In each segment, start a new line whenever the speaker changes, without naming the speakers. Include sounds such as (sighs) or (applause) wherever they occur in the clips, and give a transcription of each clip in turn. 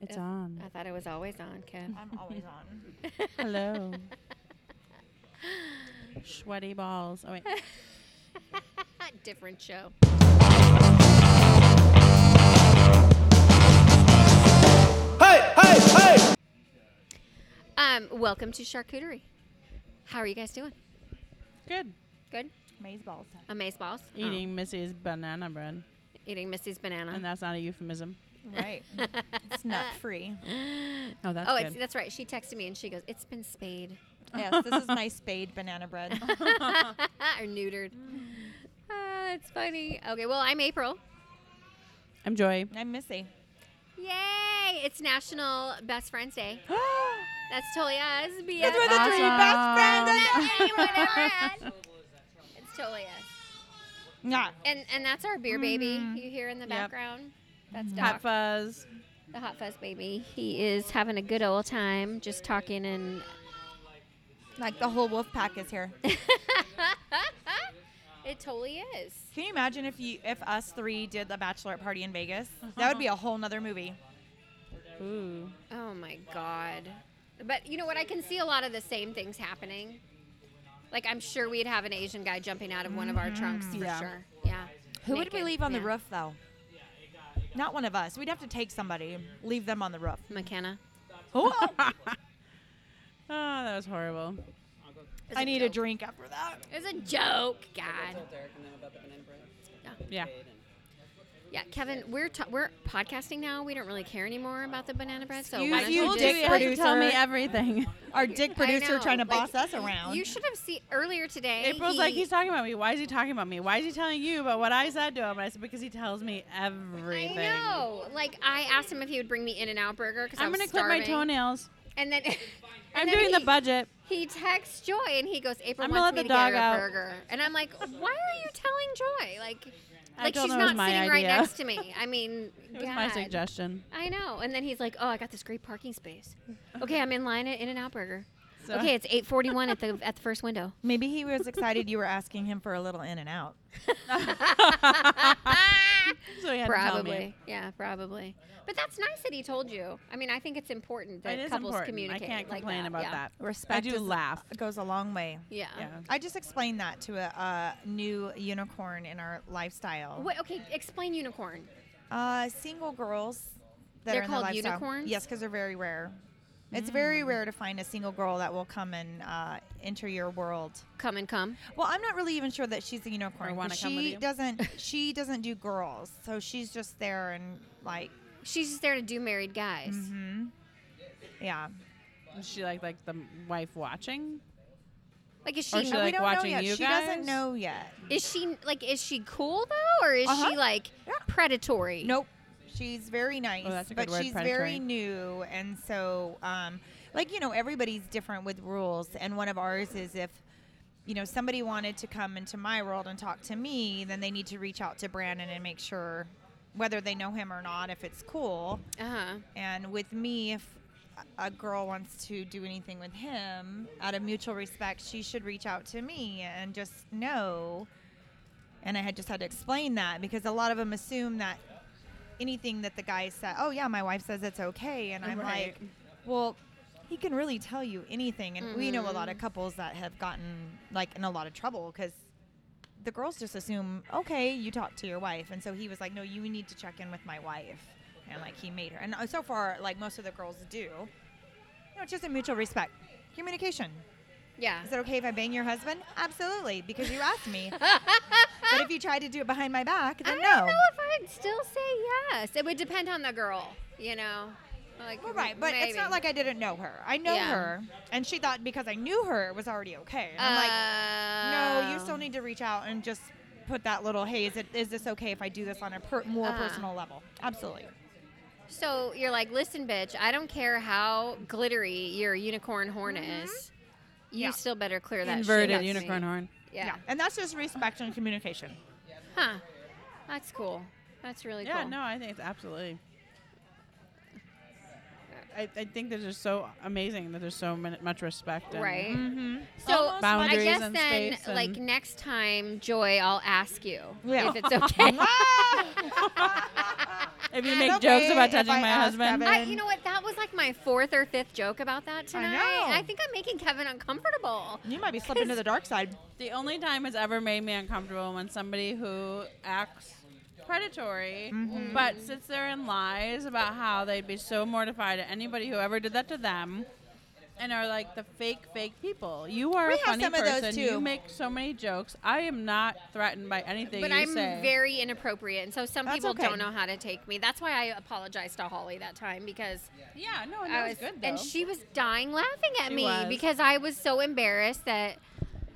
It's on.
I thought it was always on,
(laughs)
Kev.
I'm always on.
Hello. Sweaty balls.
(laughs)
Oh wait.
(laughs) Different show.
Hey, hey, hey!
Um, welcome to Charcuterie. How are you guys doing?
Good.
Oh.
Good.
Maze balls.
Amaze balls. Oh,
Eating Missy's banana bread,
eating Missy's
and
banana.
that's not a euphemism.
(laughs)
Right. it's nut free.
Oh, that's
oh,
good.
it's, that's right. She texted me and she goes, "It's been
(laughs)
spayed (laughs)
Yes, this is my spade banana bread. (laughs)
or neutered." Ah, it's funny. Okay, well, I'm April.
I'm Joy.
I'm Missy.
Yay! It's National Best Friends Day. That's totally us. BFF.
That's
(gasps)
where (gasps) the three best friends. I
(laughs)
know.
Yay,
(laughs)
whatever. it's totally us.
Yeah.
And and that's our beer baby
Mm-hmm.
you hear in the
Yep.
background. That's Doc,
Hot fuzz.
the hot fuzz baby. He is having a good old time, just talking and
Like the whole wolf pack is here.
it totally is.
Can you imagine if you if us three did the bachelorette party in Vegas? That would be a whole nother movie.
Ooh. (laughs)
Oh my god! But you know what? I can see a lot of the same things happening. Like I'm sure we'd have an Asian guy jumping out of one of our trunks for
Yeah.
sure. Yeah.
Mm-hmm. Who
Naked.
would we leave on the
Yeah.
roof though? Not one of us. We'd have to take somebody, leave them on the roof.
McKenna.
Oh,
Oh, that was horrible.
It's
(laughs) I need a
joke.
drink after that.
It's a joke, God.
told Derek and them about the banana bread.
Yeah.
Yeah, Kevin, we're ta- we're podcasting now. We don't really care anymore about the banana bread. So why
Excuse
don't
you,
you
Well,
just
dick
Judy, how you tell me
producer.
(laughs)
everything.
Our (laughs) dick producer
know,
trying to
like,
boss us around.
You should have seen earlier today.
April's like,
he-
he's talking about me. Why is he talking about me? Why is he telling you about what I said to him? And I said, because he tells me everything.
I know. Like I asked him if he would bring me In and Out Burger because
I'm
was
gonna clip my
starving.
toenails.
And then (laughs) and
I'm
then
doing
he,
the budget.
He texts Joy and he goes, "April
I'm gonna
wants
let the
me to get her
dog out."
a burger," and I'm like, "Why are you telling Joy? Like,
I
like
told
she's
him it was
not
my
sitting right
idea.
next
(laughs)
to me. I mean,
It was my
God.
suggestion.
I know. And then he's like, "Oh, I got this great
(laughs)
parking space. Okay, I'm in line at In and Out Burger.
So-
Okay, it's 8:41 at the at the first window. (laughs)
Maybe he was excited you were asking him for a little in and out.
(laughs) So he had to tell me.
probably, yeah, probably. But that's nice that he told you. I mean, I think it's important that
it is
couples
important.
communicate.
I can't
like
complain
that.
about
yeah. uh,
that.
Respect
I do
is-
laugh.
It goes a long way.
Yeah.
Yeah.
I just explained that to a uh, new unicorn in our lifestyle.
Wait, okay, explain unicorn.
Uh, single girls that
They're
are in
called
the lifestyle.
unicorns? Mm.
Yes, because they're very rare. It's very rare to find a single girl that will come and uh, enter your world.
Come and come.
Well, I'm not really even sure that she's a unicorn. 'cause
wanna
she
come with you?
doesn't.
(laughs)
She doesn't do girls, so she's just there and like,
She's just there to do married guys.
Mm-hmm. yeah.
Is she like like the wife watching?
Like, is
Or
she,
should I-
we
like
don't know
watching
yet.
you
she doesn't
guys?
know yet.
is she like is she cool though, or is
Uh-huh.
she like
Yeah.
predatory?
Nope. She's very nice,
Oh, that's a
but
good word,
she's
predatory.
very new, and so, um, like you know, everybody's different with rules. And one of ours is if you know somebody wanted to come into my world and talk to me, then they need to reach out to Brandon and make sure whether they know him or not, if it's cool.
Uh huh.
And with me, if a a girl wants to do anything with him out of mutual respect, she should reach out to me and just know. And I had just had to explain that because a lot of them assume that anything that the guy said, oh yeah, my wife says it's okay, and I'm
Right.
like, well, he can really tell you anything. And we know a lot of couples that have gotten like in a lot of trouble because the girls just assume, okay, you talk to your wife. And so he was like, no, you need to check in with my wife. And like he made her. And uh, so far, like most of the girls do. You know, it's just a mutual respect. Communication.
Yeah.
Is it okay if I bang your husband? Absolutely, because you
(laughs)
asked me. but if you tried to do it behind my back,
I
then
don't
no.
know if I'd still say yes. It would depend on the girl, you know. Like,
Well, right, but it's not
maybe.
like I didn't know her. I know
Yeah.
her, and she thought because I knew her, it was already okay. And I'm like, No, you
Oh.
still need to reach out and just put that little, hey, is, it, is this okay if I do this on a per- more
Uh.
personal level? Absolutely.
So you're like, listen, bitch, I don't care how glittery your unicorn horn is. You
Yeah.
still better clear that shit up
Inverted
to
unicorn
me."
horn.
Yeah.
And that's just respect and communication.
Huh. That's cool. That's really
Yeah,
cool.
no, I think it's absolutely. I, I think that they're so amazing that there's so min- much respect. and-
Right.
(laughs) Mm-hmm.
So
Almost
I
Boundaries
guess
and
then,
space
like
and-
next time, Joy, I'll ask you
(laughs)
Yeah.
if it's okay.
if you make
It's
jokes
okay
about
if
touching
I
my
ask
husband.
Kevin.
I, you know what? That was like my fourth or fifth joke about that tonight.
know.
I think I'm making Kevin uncomfortable.
You might be slipping to the dark side.
The only time it's ever made me uncomfortable when somebody who acts predatory but sits there and lies about how they'd be so mortified at anybody who ever did that to them and are like the fake fake people. You are
We
a
have
funny
some of those
person.
too.
You make so many jokes. I am not threatened by anything
But
you
I'm
say.
very inappropriate, and so some
That's
people
okay.
don't know how to take me. That's why I apologized to Holly that time because
yeah, no, and
I
that
was,
was good though.
and she was dying laughing at
She
me
was.
because I was so embarrassed that,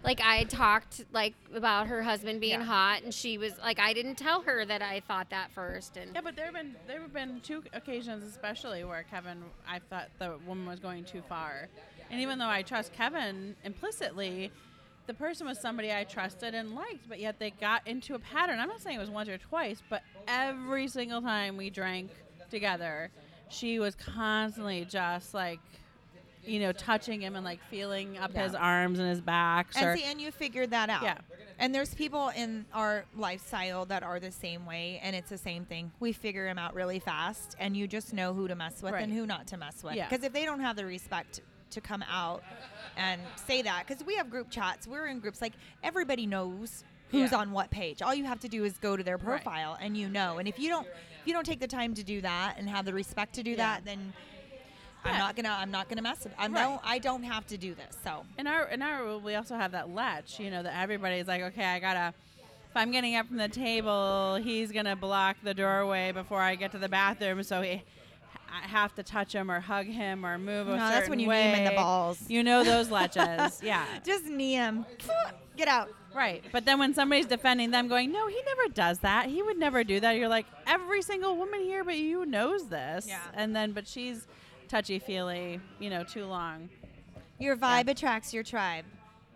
like, I talked like about her husband being
Yeah.
hot, and she was like, I didn't tell her that I thought that first, and
Yeah, but there have been there have been two occasions especially where Kevin I thought the woman was going too far. And even though I trust Kevin implicitly, the person was somebody I trusted and liked, but yet they got into a pattern. I'm not saying it was once or twice, but every single time we drank together, she was constantly just like you know, touching him and like feeling up his arms and his backs or
And see, and you figured that out.
Yeah.
And there's people in our lifestyle that are the same way, and it's the same thing. We figure them out really fast, and you just know who to mess with
Right.
and who not to mess with.
Yeah.
Because if they don't have the respect to come out and say that, because we have group chats, we're in groups like everybody knows who's
Yeah.
on what page. All you have to do is go to their
Right.
profile, and you know. And if you don't, if you don't take the time to do that and have the respect to do that, then
Yeah.
I'm not gonna. I'm not gonna mess with. I
Right.
don't. I don't have to do this. So
in our in our rule, we also have that latch, you know, that everybody's like, okay, I gotta. If I'm getting up from the table, he's gonna block the doorway before I get to the bathroom, so he. I have to touch him or hug him or move a
No,
certain
that's when you knee
way.
him in the balls.
You know
(laughs)
those latches, yeah,
just knee 'em. Get out.
right. But then when somebody's defending them, going, "No, he never does that. He would never do that." You're like, every single woman here, but you knows this,
Yeah.
And then, but she's touchy feely, you know, too long.
Your vibe attracts your tribe.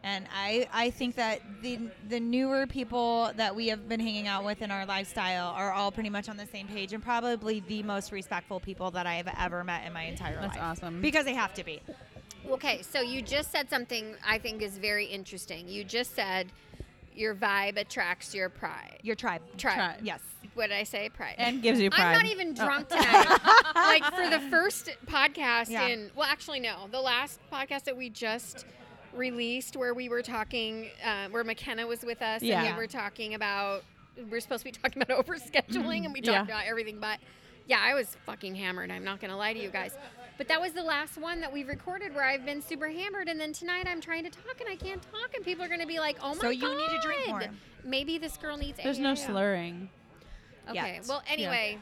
And I, I think that the the newer people that we have been hanging out with in our lifestyle are all pretty much on the same page and probably the most respectful people that I have ever met in my entire
That's
life.
awesome.
Because they have to be.
Okay, so you just said something I think is very interesting. You just said your vibe attracts your pride.
Your tribe.
Tribe.
Tribe.
Yes.
What did I say? Pride.
And gives you pride.
I'm not even
Oh.
drunk
(laughs)
tonight. like for the first podcast
Yeah.
in well, actually no, the last podcast that we just released where we were talking, uh, where McKenna was with us, and
Yeah.
we were talking about we are supposed to be talking about (laughs) overscheduling, and we talked
Yeah.
about everything, but. Yeah, I was fucking hammered. I'm not gonna lie to you guys, but that was the last one that we've recorded where I've been super hammered, and then tonight I'm trying to talk and I can't talk, and people are gonna be like, "Oh my
So you need to drink
God,
more.
Maybe this girl needs.
There's no
AA."
slurring.
Okay.
yet.
Well, anyway,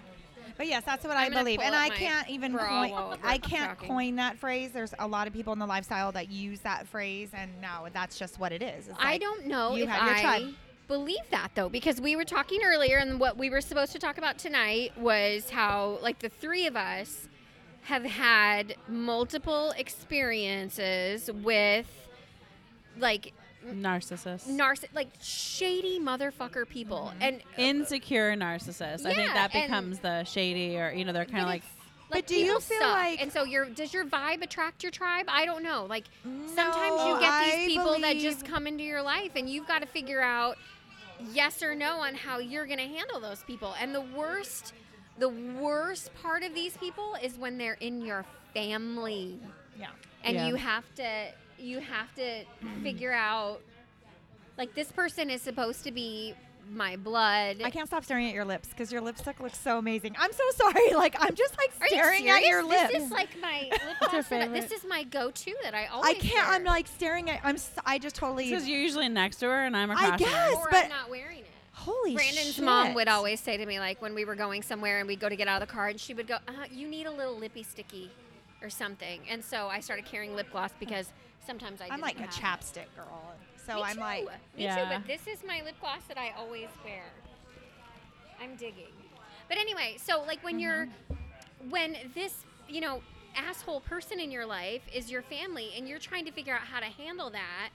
But yes, that's what i
I'm gonna
believe.
pull
And
up
I
my
can't even
bra
coin,
while we're
I can't
talking.
coin that phrase. There's a lot of people in the lifestyle that use that phrase and now that's just what it is. It's
I
like,
don't know
you
if
have your
I
tribe.
believe that though, because we were talking earlier, and what we were supposed to talk about tonight was how, like, the three of us have had multiple experiences with, like,
Narcissist.
narciss, like shady motherfucker people,
Mm-hmm.
and
insecure narcissist. I think
Yeah,
that
and-
becomes the shady, or you know, they're kind of
But
like
it's-
But do you
people
feel
suck.
like-
And so your does your vibe attract your tribe? I don't know. Like sometimes
No,
you get these
I
people that
believe-
just come into your life, and you've got to figure out yes or no on how you're going to handle those people. And the worst, the worst part of these people is when they're in your family,
Yeah.
and
Yeah.
you have to you have to figure out like this person is supposed to be my blood.
I can't stop staring at your lips because your lipstick looks so amazing. I'm so (laughs) sorry. Like I'm just like
Are you
staring at
serious?
your lips.
This is like my lip
(laughs)
your
gloss that- This
favorite.
is my go-to that I always.
I can't. I'm
wear.
like staring at. I'm. s- I just totally.
because you're usually next to her and I'm
I
across. from her.
guess.
Or I'm
but-
not wearing it.
Holy
Brandon's
shit.
mom would always say to me, like when we were going somewhere and we'd go to get out of the car, and she would go, uh, "You need a little lippy sticky, or something." And so I started carrying lip gloss because sometimes I.
I'm
didn't
like a
have it.
chapstick girl, so
Me
I'm
too.
like.
Me too.
Yeah.
But this is my lip gloss that I always wear. I'm digging. But anyway, so like when you're,
Mm-hmm.
when this, you know, asshole person in your life is your family, and you're trying to figure out how to handle that,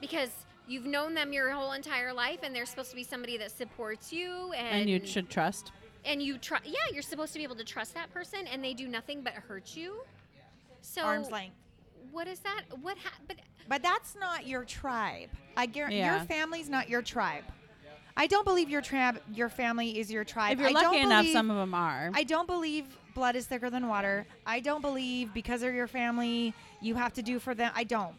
because you've known them your whole entire life, and they're supposed to be somebody that supports you, and
and you should trust.
and you try. Yeah, you're supposed to be able to trust that person, and they do nothing but hurt you. So
Arms length.
What is that? What? Ha- but
But that's not your tribe. I guarantee
Yeah.
your family's not your tribe. I don't believe your trab your family is your tribe.
If you're
I don't
lucky enough,
believe-
some of them are.
I don't believe blood is thicker than water. I don't believe because they're your family, you have to do for them. I don't.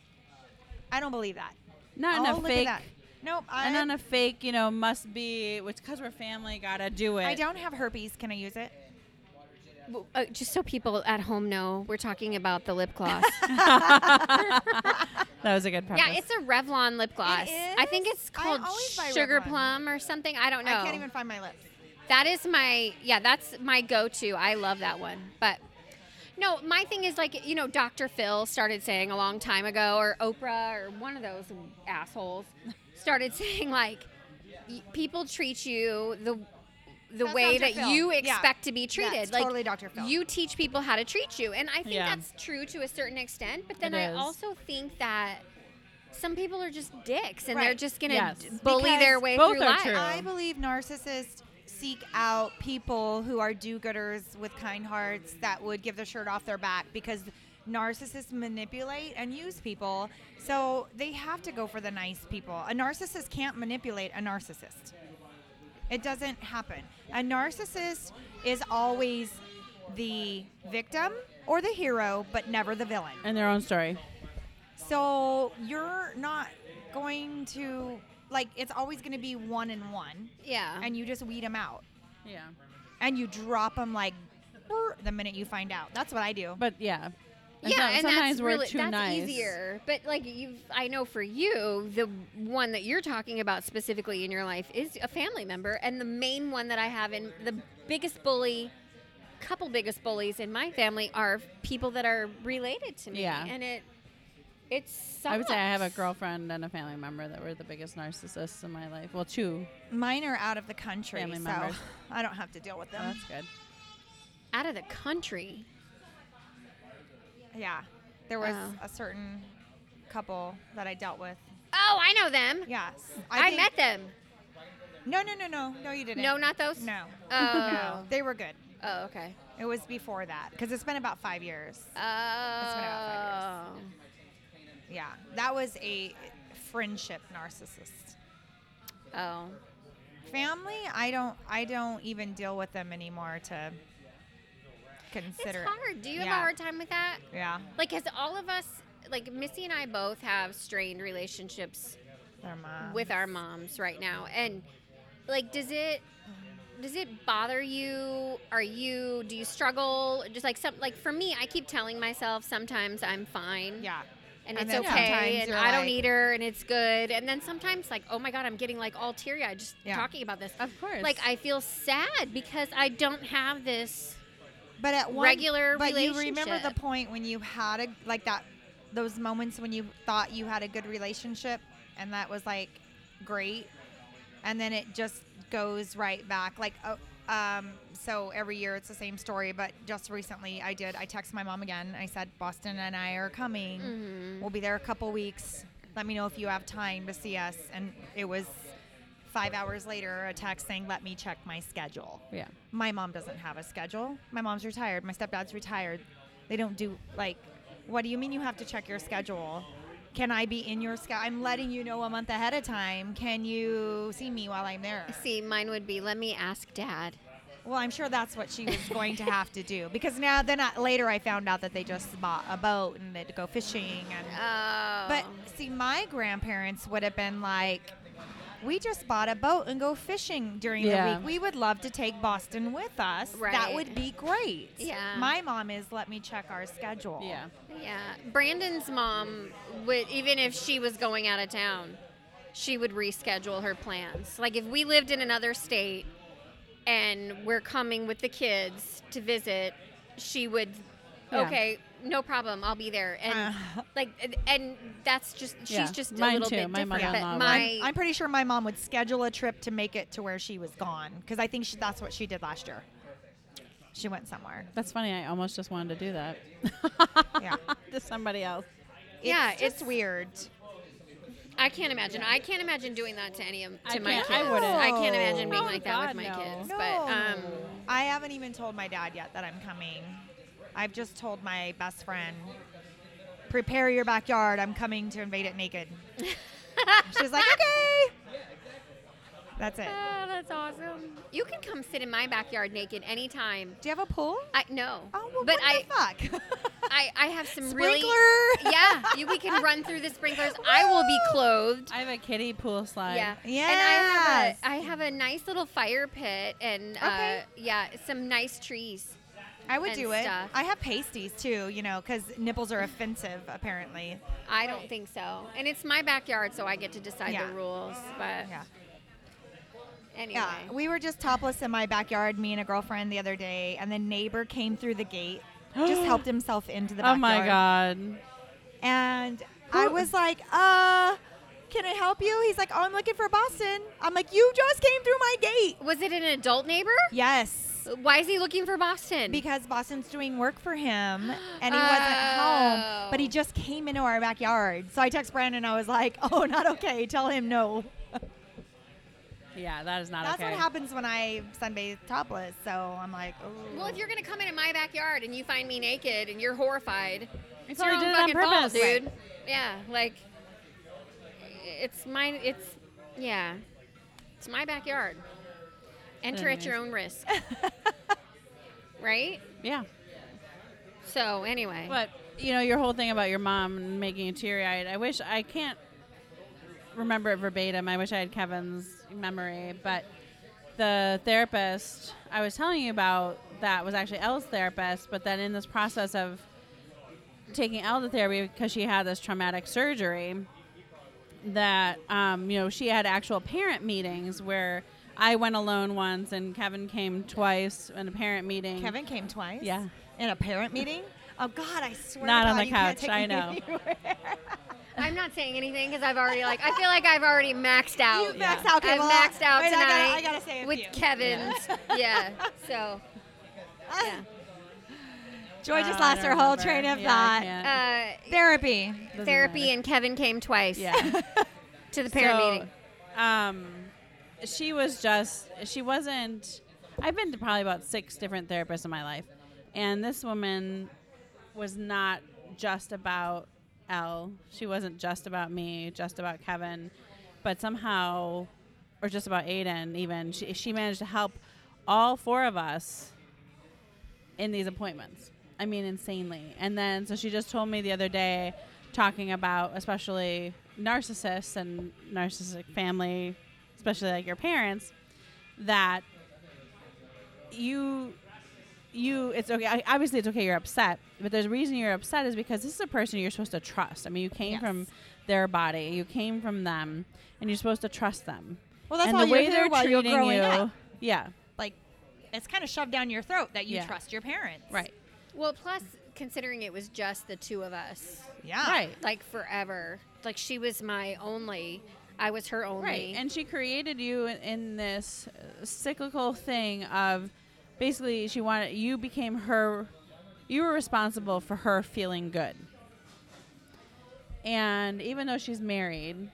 I don't believe that.
not
oh,
in a
look
fake.
at that. Nope. I,
And on a fake, you know, must be. It's because we're family. Gotta do it.
I don't have herpes. Can I use it?
Uh, just so people at home know, we're talking about the lip
(laughs)
gloss.
That was a good preface.
yeah, it's a Revlon lip gloss. I think
is?
it's
I
called
always buy
Sugar
Revlon.
Plum or something. I don't know.
I can't even find my lips.
That is my yeah, that's my go-to. I love that one. But no, my thing is like, you know, Dr. Phil started saying a long time ago or Oprah or one of those assholes started (laughs) saying like y- people treat you the the
That's
way
Dr.
that
Phil.
you
Yeah.
expect to be treated.
That's
like
totally Dr. Phil.
You teach people how to treat you. And I think
Yeah.
that's true to a certain extent, but then
It
I
is.
also think that some people are just dicks and they're
Right.
just going to
Yes.
bully their
Because
way
both
through
are
life.
true.
I believe narcissists seek out people who are do-gooders with kind hearts that would give their shirt off their back because narcissists manipulate and use people. So they have to go for the nice people. A narcissist can't manipulate a narcissist. It doesn't happen. A narcissist is always the victim or the hero, but never the villain.
in their own story.
So you're not going to like it's always going to be one and one
Yeah.
and you just weed them out
Yeah.
and you drop them like brr, the minute you find out. That's what I do.
But yeah. And
yeah,
some-
and
sometimes
that's
we're
really,
too
that's
nice.
easier. But like you, I know for you, the one that you're talking about specifically in your life is a family member, and the main one that I have in the biggest bully, couple biggest bullies in my family are people that are related to me.
Yeah.
and it it sucks.
I would say I have a girlfriend and a family member that were the biggest narcissists in my life. Well, two.
Mine are out of the country,
Family
so
members.
(laughs) I don't have to deal with
So
them.
Oh, that's good.
out of the country.
yeah, there was
Oh.
a certain couple that I dealt with.
Oh, I know them.
Yes,
I,
think-
met them.
No, no, no, no, no. You didn't.
No, not those.
No.
Oh.
(laughs) No, they were good.
Oh, okay.
It was before that because it's been about five years. about
Oh.
five Yeah, that was a friendship narcissist.
Oh.
Family, I don't, I don't even deal with them anymore to consider.
It's hard. Do you have
Yeah.
a hard time with that?
It. Yeah,
Like, has all of us, like Missy and I both have strained relationships
their mom.
with our moms right now. And, like, does it. Does it bother you? Are you? Do you struggle? Just like some, like for me, I keep telling myself sometimes I'm fine,
yeah.
and,
And
it's
then sometimes
okay, and
you're
I don't
like-
need her, and it's good. And then sometimes, like, oh my god, I'm getting like all teary eyed just
Yeah.
talking about this.
Of course.
Like, I feel sad because I don't have this.
But at one,
regular
but you remember the
relationship.
point when you had a like that, those moments when you thought you had a good relationship, and that was like great, and then it just goes right back. Like, oh, um, so every year it's the same story. But just recently, I did. I texted my mom again. I said Boston and I are coming.
Mm-hmm.
We'll be there a couple weeks. Let me know if you have time to see us. And it was five hours later, a text saying, "Let me check my schedule."
yeah.
my mom doesn't have a schedule. My mom's retired. My stepdad's retired. They don't do like. What do you mean you have to check your schedule? Can I be in your schedule? I'm letting you know a month ahead of time. Can you see me while I'm there?
See, mine would be let me ask dad.
Well, I'm sure that's what she was going to have to do because now then I, later I found out that they just bought a boat and they had to go fishing and
Oh.
but see, my grandparents would have been like, we just bought a boat and go fishing during
Yeah.
the week. We would love to take Boston with us. That
Right.
would be great.
Yeah.
My mom is, let me check our schedule.
Yeah.
yeah, Brandon's mom would even if she was going out of town, she would reschedule her plans. Like if we lived in another state and we're coming with the kids to visit, she would
Yeah.
okay, no problem, I'll be there. And
Uh,
like and- and that's just she's
Yeah.
just a
Mine
little
too.
bit
My
different.
mother-in-law
But
would.
my
I'm, I'm pretty sure my mom would schedule a trip to make it to where she was gone because I think she, that's what she did last year. She went somewhere.
That's funny. I almost just wanted to do that. (laughs)
Yeah.
to somebody else.
Yeah,
It's, just
it's-
weird.
I can't imagine. I can't imagine doing that to any of to
I
my
can't-
kids.
I wouldn't.
I can't imagine
No.
being
Oh,
like that
God,
with my
no.
kids.
No.
But um
I haven't even told my dad yet that I'm coming. I've just told my best friend, prepare
(laughs)
your backyard. I'm coming to invade it naked. She's like, okay. Oh, That's it.
Ah, that's awesome. You can come sit in my backyard naked anytime.
Do you have a pool?
I no.
Oh, well,
but
what
I,
the fuck? (laughs)
I I have some
Sprinkler.
really Yeah, you, we can run through the sprinklers. I will be clothed.
I have a kiddie pool slide.
Yeah. And I have
Yes.
a I have a nice little fire pit and
Okay.
uh, yeah, some nice trees.
I would
and
do it.
stuff.
I have pasties too, you know, because nipples are offensive apparently.
I don't think so. And it's my backyard so I get to decide
Yeah.
the rules, but
Yeah.
anyway.
Yeah, we were just topless in my backyard, me and a girlfriend the other day, and the neighbor came through the gate, just helped himself into
(gasps)
the
Oh
backyard.
my god.
And I was like, uh, can I help you? He's like, oh, I'm looking for Boston. I'm like, you just came through my gate.
Was it an adult neighbor?
Yes.
Why is he looking for Boston?
Because Boston's doing work for him and he wasn't home, but he
Oh.
just came into our backyard. So I text Brandon, I was like, oh, not okay. Tell him no.
Yeah, that is not
That's
okay.
what happens when I sunbathe topless. So I'm like, oh.
well, if you're gonna come into my backyard and you find me naked and you're horrified, it's
Sorry,
your
I
own
did it on
fucking
purpose.
fault, dude. Yeah, like it's mine. It's yeah, it's my backyard. Enter at your own risk,
(laughs)
right?
Yeah.
So anyway,
But you know your whole thing about your mom making you teary-eyed. I wish I can't remember it verbatim. I wish I had Kevin's memory, but the therapist I was telling you about that was actually Elle's therapist. But then in this process of taking Elle to therapy because she had this traumatic surgery, that um, you know she had actual parent meetings where I went alone once and Kevin came twice in a parent meeting.
Kevin came twice.
Yeah.
In a parent meeting. Oh God, I swear.
Not
to
on
God,
the
(laughs) you can't
couch,
take
I
me
know.
anywhere.
I'm not saying anything because I've already like I feel like I've already maxed out.
You maxed out.
I've
Kevin.
maxed out
Wait, I gotta-
tonight
I gotta say a
with
few.
Kevin's. Yeah.
(laughs)
So yeah.
Joy just
Oh, I
lost her
don't
whole
remember.
train of
Yeah, I
thought.
can't.
Uh,
Therapy.
Doesn't
therapy
matter.
and Kevin came twice
yeah.
to the parent meeting.
Um, she was just she wasn't. I've been to probably about six different therapists in my life, and this woman was not just about Elle. She wasn't just about me, just about Kevin, but somehow, or just about Aiden. Even she she managed to help all four of us in these appointments. I mean, insanely. And then, so she just told me the other day, talking about especially narcissists and narcissistic family, especially like your parents, that you, you, it's okay. I- Obviously, it's okay you're upset, but there's a reason you're upset is because this is a person you're supposed to trust. I mean, you came
Yes.
from their body, you came from them, and you're supposed to trust them.
Well, that's
and
all
the
you're
way
here
they're
while you're
treating
growing
you,
up.
yeah,
Like, it's kind of shoved down your throat that you
Yeah.
trust your parents.
right,
Well, plus considering it was just the two of us,
Yeah.
right.
like forever. Like she was my only, I was her only.
Right. And she created you in, in this uh, cyclical thing of basically she wanted you became her you were responsible for her feeling good. And even though she's married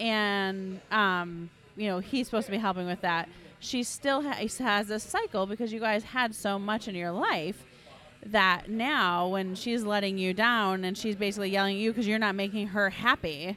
and um you know he's supposed to be helping with that, she still has, has this cycle because you guys had so much in your life that now when she's letting you down and she's basically yelling at you because you're not making her happy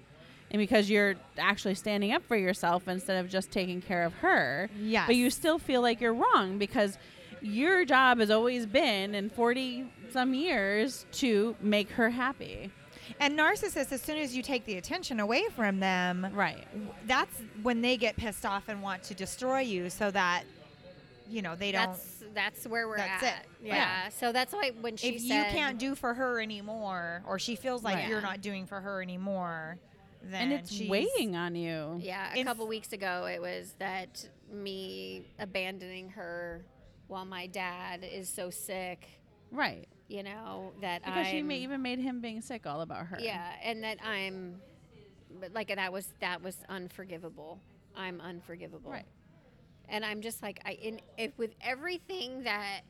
and because you're actually standing up for yourself instead of just taking care of her
Yes.
but you still feel like you're wrong because your job has always been in 40 some years to make her happy
And narcissists, as soon as you take the attention away from them,
right
that's when they get pissed off and want to destroy you so that, you know, they don't.
that's that's where we're
That's
at.
it.
Yeah.
Yeah.
So that's why when she
if you
said-
can't do for her anymore, or she feels like
Right.
you're not doing for her anymore, then
and it's
she's,
weighing on you
yeah, a
It's-
couple weeks ago, it was that me abandoning her while my dad is so sick.
right
You know that
because
I'm,
she may even made him being sick all about her
Yeah, and that I'm, but like that was that was unforgivable. I'm unforgivable.
Right.
And I'm just like I in if with everything that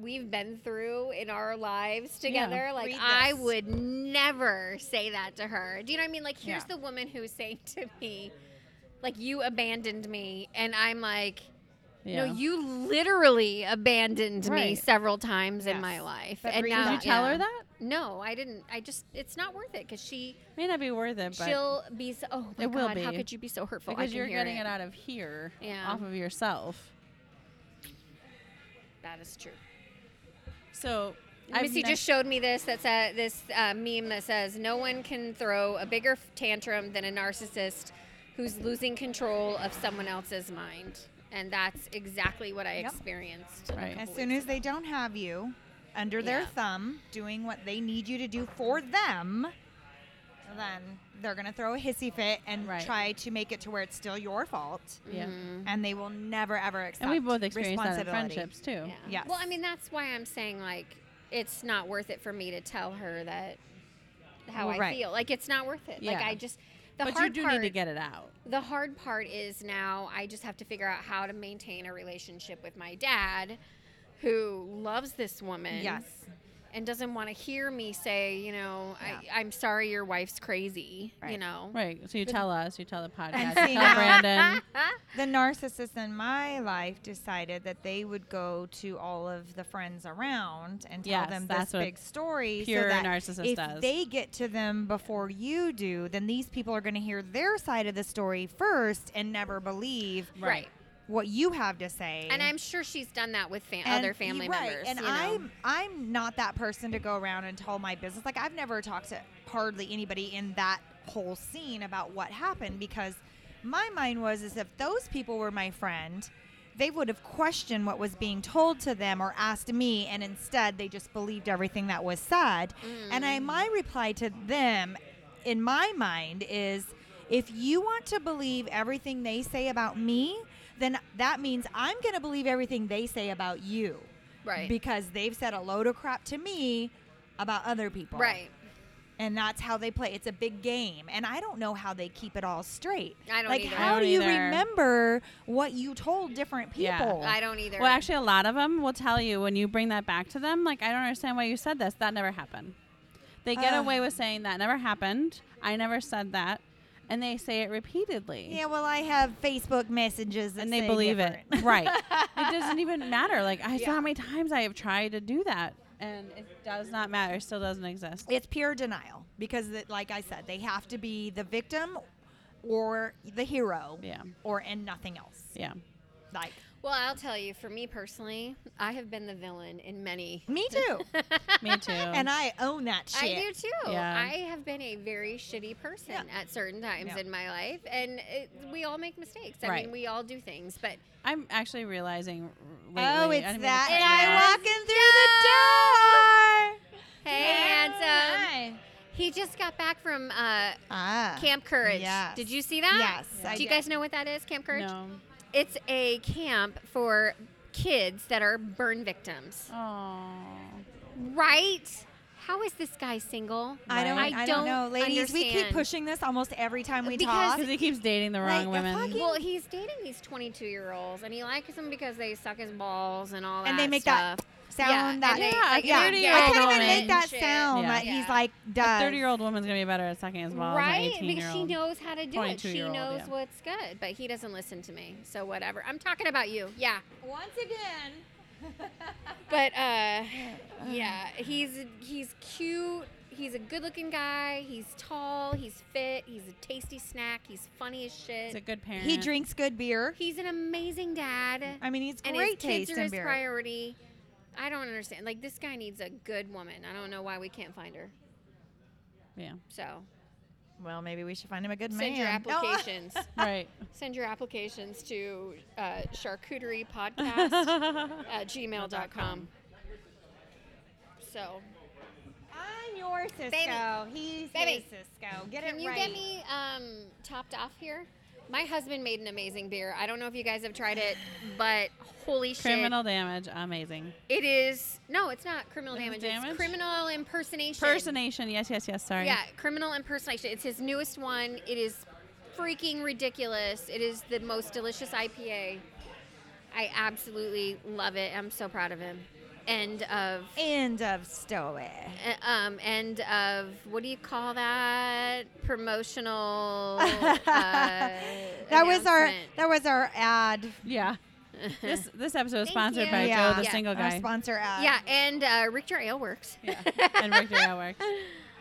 we've been through in our lives together, like
Read
I
this.
would never say that to her. Do you know what I mean? Like here's
Yeah.
the woman who's saying to me, like you abandoned me, and I'm like,
Yeah.
No, you literally abandoned me
Right.
several times in
Yes.
my life.
But
and
read
now,
that.
Did you tell
yeah.
her that?
No, I didn't. I just, it's not worth it because she,
May not be worth it, but
she'll be so, oh my
It will
God, how
be.
could you be so hurtful? I
because
can
you're
hear
getting
it.
it. out of here,
Yeah.
off of yourself.
That is true.
So, I've
Missy
nev-
just showed me this. That's a, this uh, meme that says, "No one can throw a bigger f- tantrum than a narcissist who's losing control of someone else's mind," and that's exactly what I
Yep.
experienced.
Right.
As soon as they don't have you under their
Yeah.
thumb doing what they need you to do for them, then they're going to throw a hissy fit and
Right.
try to make it to where it's still your fault.
yeah,
Mm-hmm.
And they will never, ever accept
and we both experienced that in
responsibility.
friendships too.
Yeah.
Yes.
Well, I mean, that's why I'm saying like it's not worth it for me to tell her that how
Well,
I
right.
feel. Like it's not worth it. Like
Yeah.
I just the
But you
hard
do
part.
need to get it out.
The hard part is now I just have to figure out how to maintain a relationship with my dad who loves this woman
Yes.
and doesn't want to hear me say, you know,
Yeah.
I, I'm sorry your wife's crazy, you
Right.
know. (laughs)
Right. So you tell us, you tell the podcast,
see
you tell
now-
Brandon.
The narcissist in my life decided that they would go to all of the friends around and tell
Yes,
them this
that's what
big story.
pure
so that
narcissist
if
does.
they get to them before you do, then these people are going to hear their side of the story first and never believe
Right.
what you have to say.
And I'm sure she's done that with fam-
And-
other family
right,
members.
And
you know?
I'm I'm not that person to go around and tell my business. Like I've never talked to hardly anybody in that whole scene about what happened because my mind was is if those people were my friend, they would have questioned what was being told to them or asked me, and instead they just believed everything that was said. And I my reply to them in my mind is if you want to believe everything they say about me, then that means I'm going to believe everything they say about you.
Right.
Because they've said a load of crap to me about other people.
right.
And that's how they play. It's a big game. And I don't know how they keep it all straight.
I don't
like,
either.
how
I don't
do you
either.
remember what you told different people?
Yeah.
I don't either.
Well, actually, a lot of them will tell you when you bring that back to them, like, I don't understand why you said this. That never happened. They get
Ugh.
away with saying that never happened. I never said that. And they say it repeatedly.
Yeah, well, I have Facebook messages that
and they
say
believe it.
different. (laughs)
Right. it doesn't even matter. Like, I saw
Yeah.
how many times I have tried to do that. And it does not matter. It still doesn't exist.
It's pure denial because, it, like I said, they have to be the victim or the hero,
Yeah.
or and nothing else.
Yeah.
Like
well, I'll tell you, for me personally, I have been the villain in many.
me
(laughs)
too,
Me too.
(laughs) and I own that
I
shit.
do too.
Yeah.
I have been a very shitty person
Yeah.
at certain times
Yeah.
in my life, and it, we all make mistakes. I
Right.
mean, we all do things, but
I'm actually realizing lately.
Oh,
I
it's
didn't mean to
that
cut you
guy
off.
off.
guy walking through
hey,
the door.
handsome,
Hi.
he just got back from uh,
Ah.
Camp Courage.
Yes.
Did you see that?
Yes, I
do you
did.
guys know what that is, Camp Courage?
No.
It's a camp for kids that are burn victims,
Oh.
right? How is this guy single?
I don't.
Right.
I don't know, ladies. We keep
understand.
pushing this almost every time we
Because-
talk.
Because he keeps dating the wrong
Like, the
women.
fucking-
Well, he's dating these 22 year olds, and he likes them because they suck his balls and all that.
And they make
stuff.
that sound. that
and they,
Yeah, like,
yeah.
dirty
I
old
kind of
woman.
make that
shit.
sound.
Yeah.
That
Yeah.
he's like,
A
does.
30 year old woman's going to be better at sucking his balls
Right?
than 18
Because
year
she
old.
knows how to do it. She
22-year-old,
knows
yeah.
what's good, but he doesn't listen to me. So whatever. I'm talking about you. Yeah.
Once again. (laughs)
But uh, yeah, he's he's cute. He's a good-looking guy. He's tall. He's fit. He's a tasty snack. He's funny as
He's a
shit.
good parent.
He drinks good beer.
He's an amazing dad.
I mean, he's
and
great
his kids
taste
are
in
his
beer.
priority. I don't understand. Like this guy needs a good woman. I don't know why we can't find her.
Yeah.
(laughs)
So
well, maybe we should find him a good
send
man.
(laughs)
your
No. (laughs)
applications.
Right.
send your applications to uh,
(laughs)
charcuteriepodcast at gmail.com. So
I'm your Cisco.
Baby.
He's
Baby.
your Cisco. Get
can
it
you
right.
get me um, topped off here? My husband made an amazing beer. I don't know if you guys have tried it, but holy shit.
Criminal damage. Amazing.
It is. No, it's not criminal
Is it
damage. It's
damage?
criminal impersonation.
Personation. Yes, yes, yes. Sorry.
Yeah, criminal impersonation. It's his newest one. It is freaking ridiculous. It is the most delicious IPA. I absolutely love it. I'm so proud of him. And of
End of story.
uh, um and of what do you call that promotional uh,
(laughs) That was our
announcement.
that was our ad.
Yeah.
(laughs)
this this episode is
Thank
sponsored
you.
by
yeah.
Joe the
Yeah.
single
Our
guy.
sponsor ad.
yeah, and uh, Richter Ale Works.
yeah. And Victory
(laughs)
Works.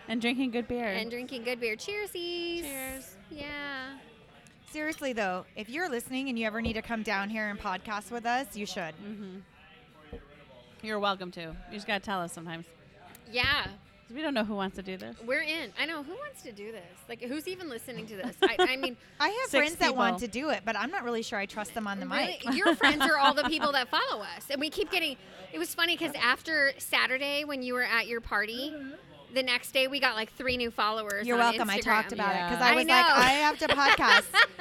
And drinking good beer.
and drinking good beer. Cheersies.
Cheers.
Yeah.
Seriously though, if you're listening and you ever need to come down here and podcast with us, you should.
Mm-hmm.
You're welcome to. You just gotta tell us sometimes.
Yeah.
'Cause We don't know who wants to do this.
We're in. I know. Who wants to do this? Like, who's even listening to this? I, I mean,
I have
Six
friends that want to
people.
do it, but I'm not really sure I trust them on the
really,
mic.
your friends are
(laughs)
all the people that follow us. And we keep getting. It was funny because after Saturday, when you were at your party, the next day we got like three new followers.
Mm-hmm. You're
on
welcome. I
Instagram.
talked about it because
Yeah.
I
I
was like,
know.
I have to podcast.
(laughs)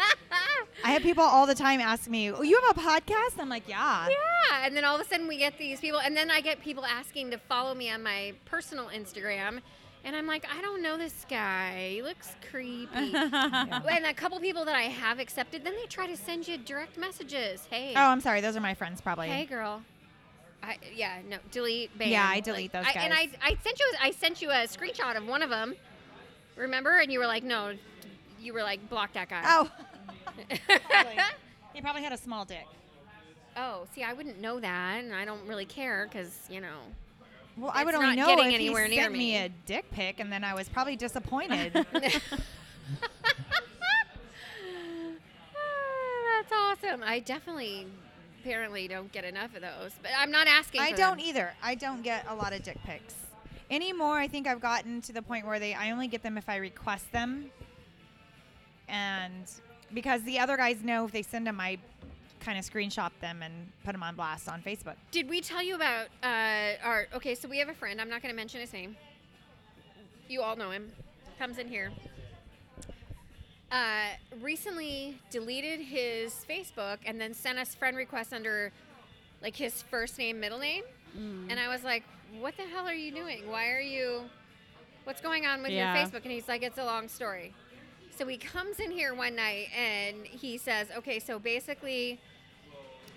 I have people all the time ask me, oh, "You have a podcast?" I'm like, "Yeah."
Yeah, and then all of a sudden we get these people, and then I get people asking to follow me on my personal Instagram, and I'm like, I don't know this guy. He looks
(laughs)
creepy. and a couple people that I have accepted, then they try to send you direct messages. Hey,
Oh, I'm sorry. Those are my friends, probably.
hey, girl. I, yeah, no, delete, ban.
Yeah, I delete those
I- And I,
guys.
I sent you, I sent you a screenshot of one of them. Remember? And you were like, no, you were like, block that guy. (laughs)
Oh, (laughs) he probably had a small dick.
oh, see, I wouldn't know that, and I don't really care because you
(laughs)
know. (laughs)
Well, I
It's
would
not
only know
getting
if he
anywhere
sent
near
me.
me.
a dick pic, and then I was probably disappointed.
(laughs) Ah, That's awesome. I definitely apparently don't get enough of those, but I'm not asking.
I
for
don't
them.
either. I don't get a lot of dick pics anymore. I think I've gotten to the point where they I only get them if I request them, and because the other guys know if they send them, I kind of screenshot them and put them on blast on Facebook.
Did we tell you about uh, our? Okay, so we have a friend. I'm not going to mention his name. You all know him. Comes in here. Uh, recently deleted his Facebook and then sent us friend requests under like his first name, middle name, and I was like, "What the hell are you doing? Why are you? What's going on with
Yeah.
your Facebook?" And he's like, "It's a long story." So he comes in here one night and he says, "Okay, so basically."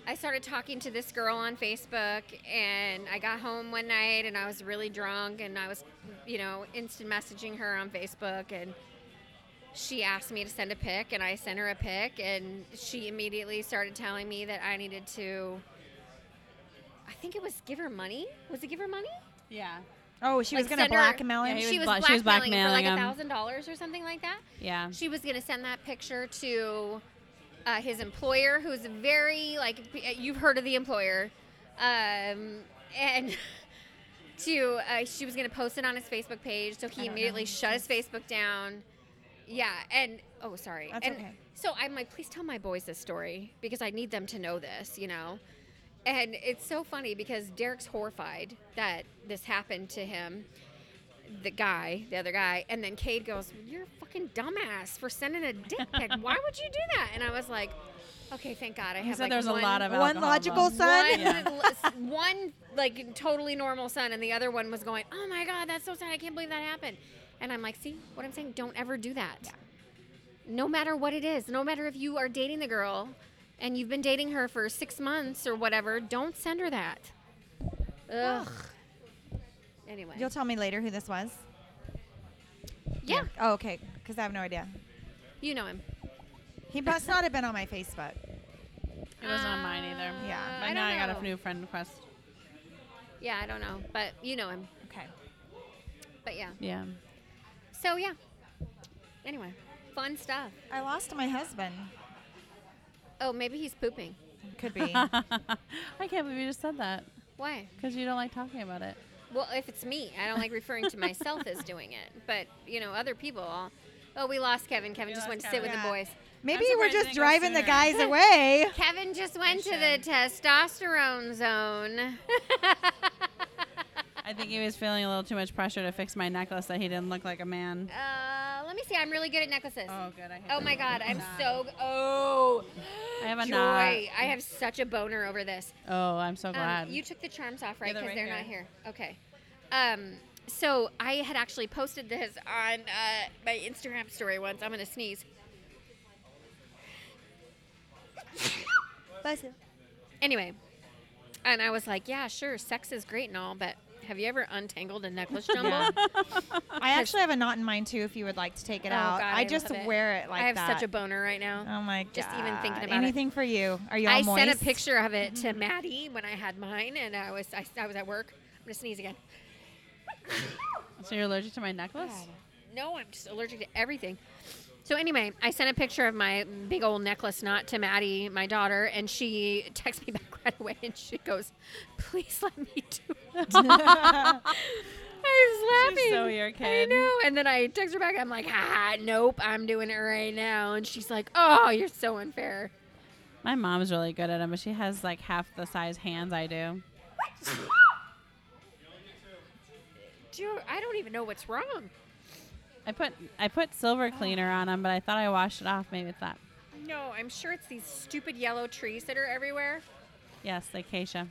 I started talking to this girl on Facebook, and I got home one night and I was really drunk, and I was, you know, instant messaging her on Facebook, and she asked me to send a pic, and I sent her a pic, and she immediately started telling me that I needed to. I think it was give her money. Was it give her money?
Yeah.
Oh, she was
Like,
going to
send her-
blackmail
Yeah,
him.
he was
she
bla-
was blackmailing,
she was blackmailing
it for
him.
like a thousand dollars or something like that.
Yeah.
She was gonna send that picture to uh, his employer, who's very like p- you've heard of the employer, um, and (laughs) to uh, she was gonna post it on his Facebook page. So he immediately shut his Facebook down. Yeah, and oh, sorry.
That's
and
okay.
So I'm like, please tell my boys this story because I need them to know this, you know. And it's so funny because Derek's horrified that this happened to him the guy, the other guy, and then Cade goes, "You're a fucking dumbass for sending a dick pic.
(laughs)
Why would you do that?ut And I was like, "Okay, thank God I
He
have."
said
like
there's
one,
a lot of
one
alcohol
logical
involved.
son.
(laughs) one,
Yeah.
l- one like totally normal son, and the other one was going, "Oh my God, that's so sad. I can't believe that happened." And I'm like, "See what I'm saying? Don't ever do that. No matter what it is, no matter if you are dating the girl." And you've been dating her for six months or whatever. Don't send her that. Ugh. Anyway.
You'll tell me later who this was.
yeah,
Oh, okay. Because I have no idea.
you know him.
He must not have been on my Facebook.
It wasn't on mine either.
Uh,
Yeah.
But
I
now
don't
I got
know.
a new friend request.
Yeah, I don't know, but you know him.
Okay.
But yeah.
Yeah.
So yeah. Anyway, fun stuff.
I lost my husband.
Oh, maybe he's pooping. (laughs)
Could be.
(laughs) I can't believe you just said that
Why?
because you don't like talking about it.
Well, if it's me, I don't like referring to myself as doing it, but you know, other people. All, oh, we lost Kevin. Kevin
We
just
lost
went to sit
Kevin.
with
Yeah.
the boys.
Maybe
I'm
we're
surprised
just
it didn't go
driving the
sooner.
(laughs)
guys away.
Kevin just went to the testosterone zone.
(laughs) I think he was feeling a little too much pressure to fix my necklace that he didn't look like a man.
uh, let me see. I'm really good at necklaces.
Oh, good. I hate
Oh
that.
my god, I'm so g- oh.
I have a
Joy,
knot.
I have such a boner over this.
Oh, I'm so
Um,
glad.
you took the charms off, right?
they're right
Because they're not here. Okay. Um, so I had actually posted this on uh, my Instagram story once. I'm gonna sneeze. Anyway, and I was like, "Yeah, sure, sex is great and all, but Have you ever untangled a necklace Oh,
(laughs)
jumble?
Yeah. I actually have a knot in mine too. If you would like to take it
Oh,
out,
God,
I,
I
just
love it.
wear it like
I have
that.
such a boner right now.
Oh my god!
Just even thinking about it.
anything for you. Are you all
I sent a
moist?
picture of it to Maddie when I had mine, and I was I, I was at work. I'm gonna sneeze again.
So you're allergic to my necklace?
No, I'm just allergic to everything. So anyway, I sent a picture of my big old necklace knot to Maddie, my daughter, and she (laughs) texts me back right away, and she goes, "Please let me do (laughs) it." I was laughing.
She's so your
I
kid.
know. And then I text her back. I'm like, "Ah, nope, I'm doing it right now." And she's like, "Oh, you're so unfair."
My mom's really good at them, but she has like half the size hands I do.
Dude, I don't even know what's wrong.
I put I put silver cleaner on them, but I thought I washed it off. Maybe it's that.
No, I'm sure it's these stupid yellow trees that are everywhere.
Yes, the acacia.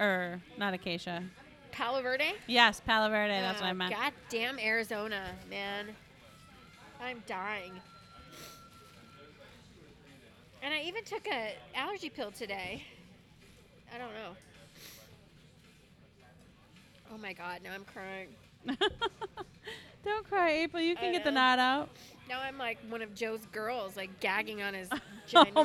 Or not acacia.
Palo Verde.
Yes, Palo Verde. That's what I
Oh,
meant.
Goddamn Arizona, man. I'm dying. And I even took a allergy pill today. I don't know. Oh my god, now I'm crying.
(laughs) Don't cry, April. You can
I
get the
know.
knot out.
Now I'm like one of Joe's girls, like gagging on his
(laughs) Oh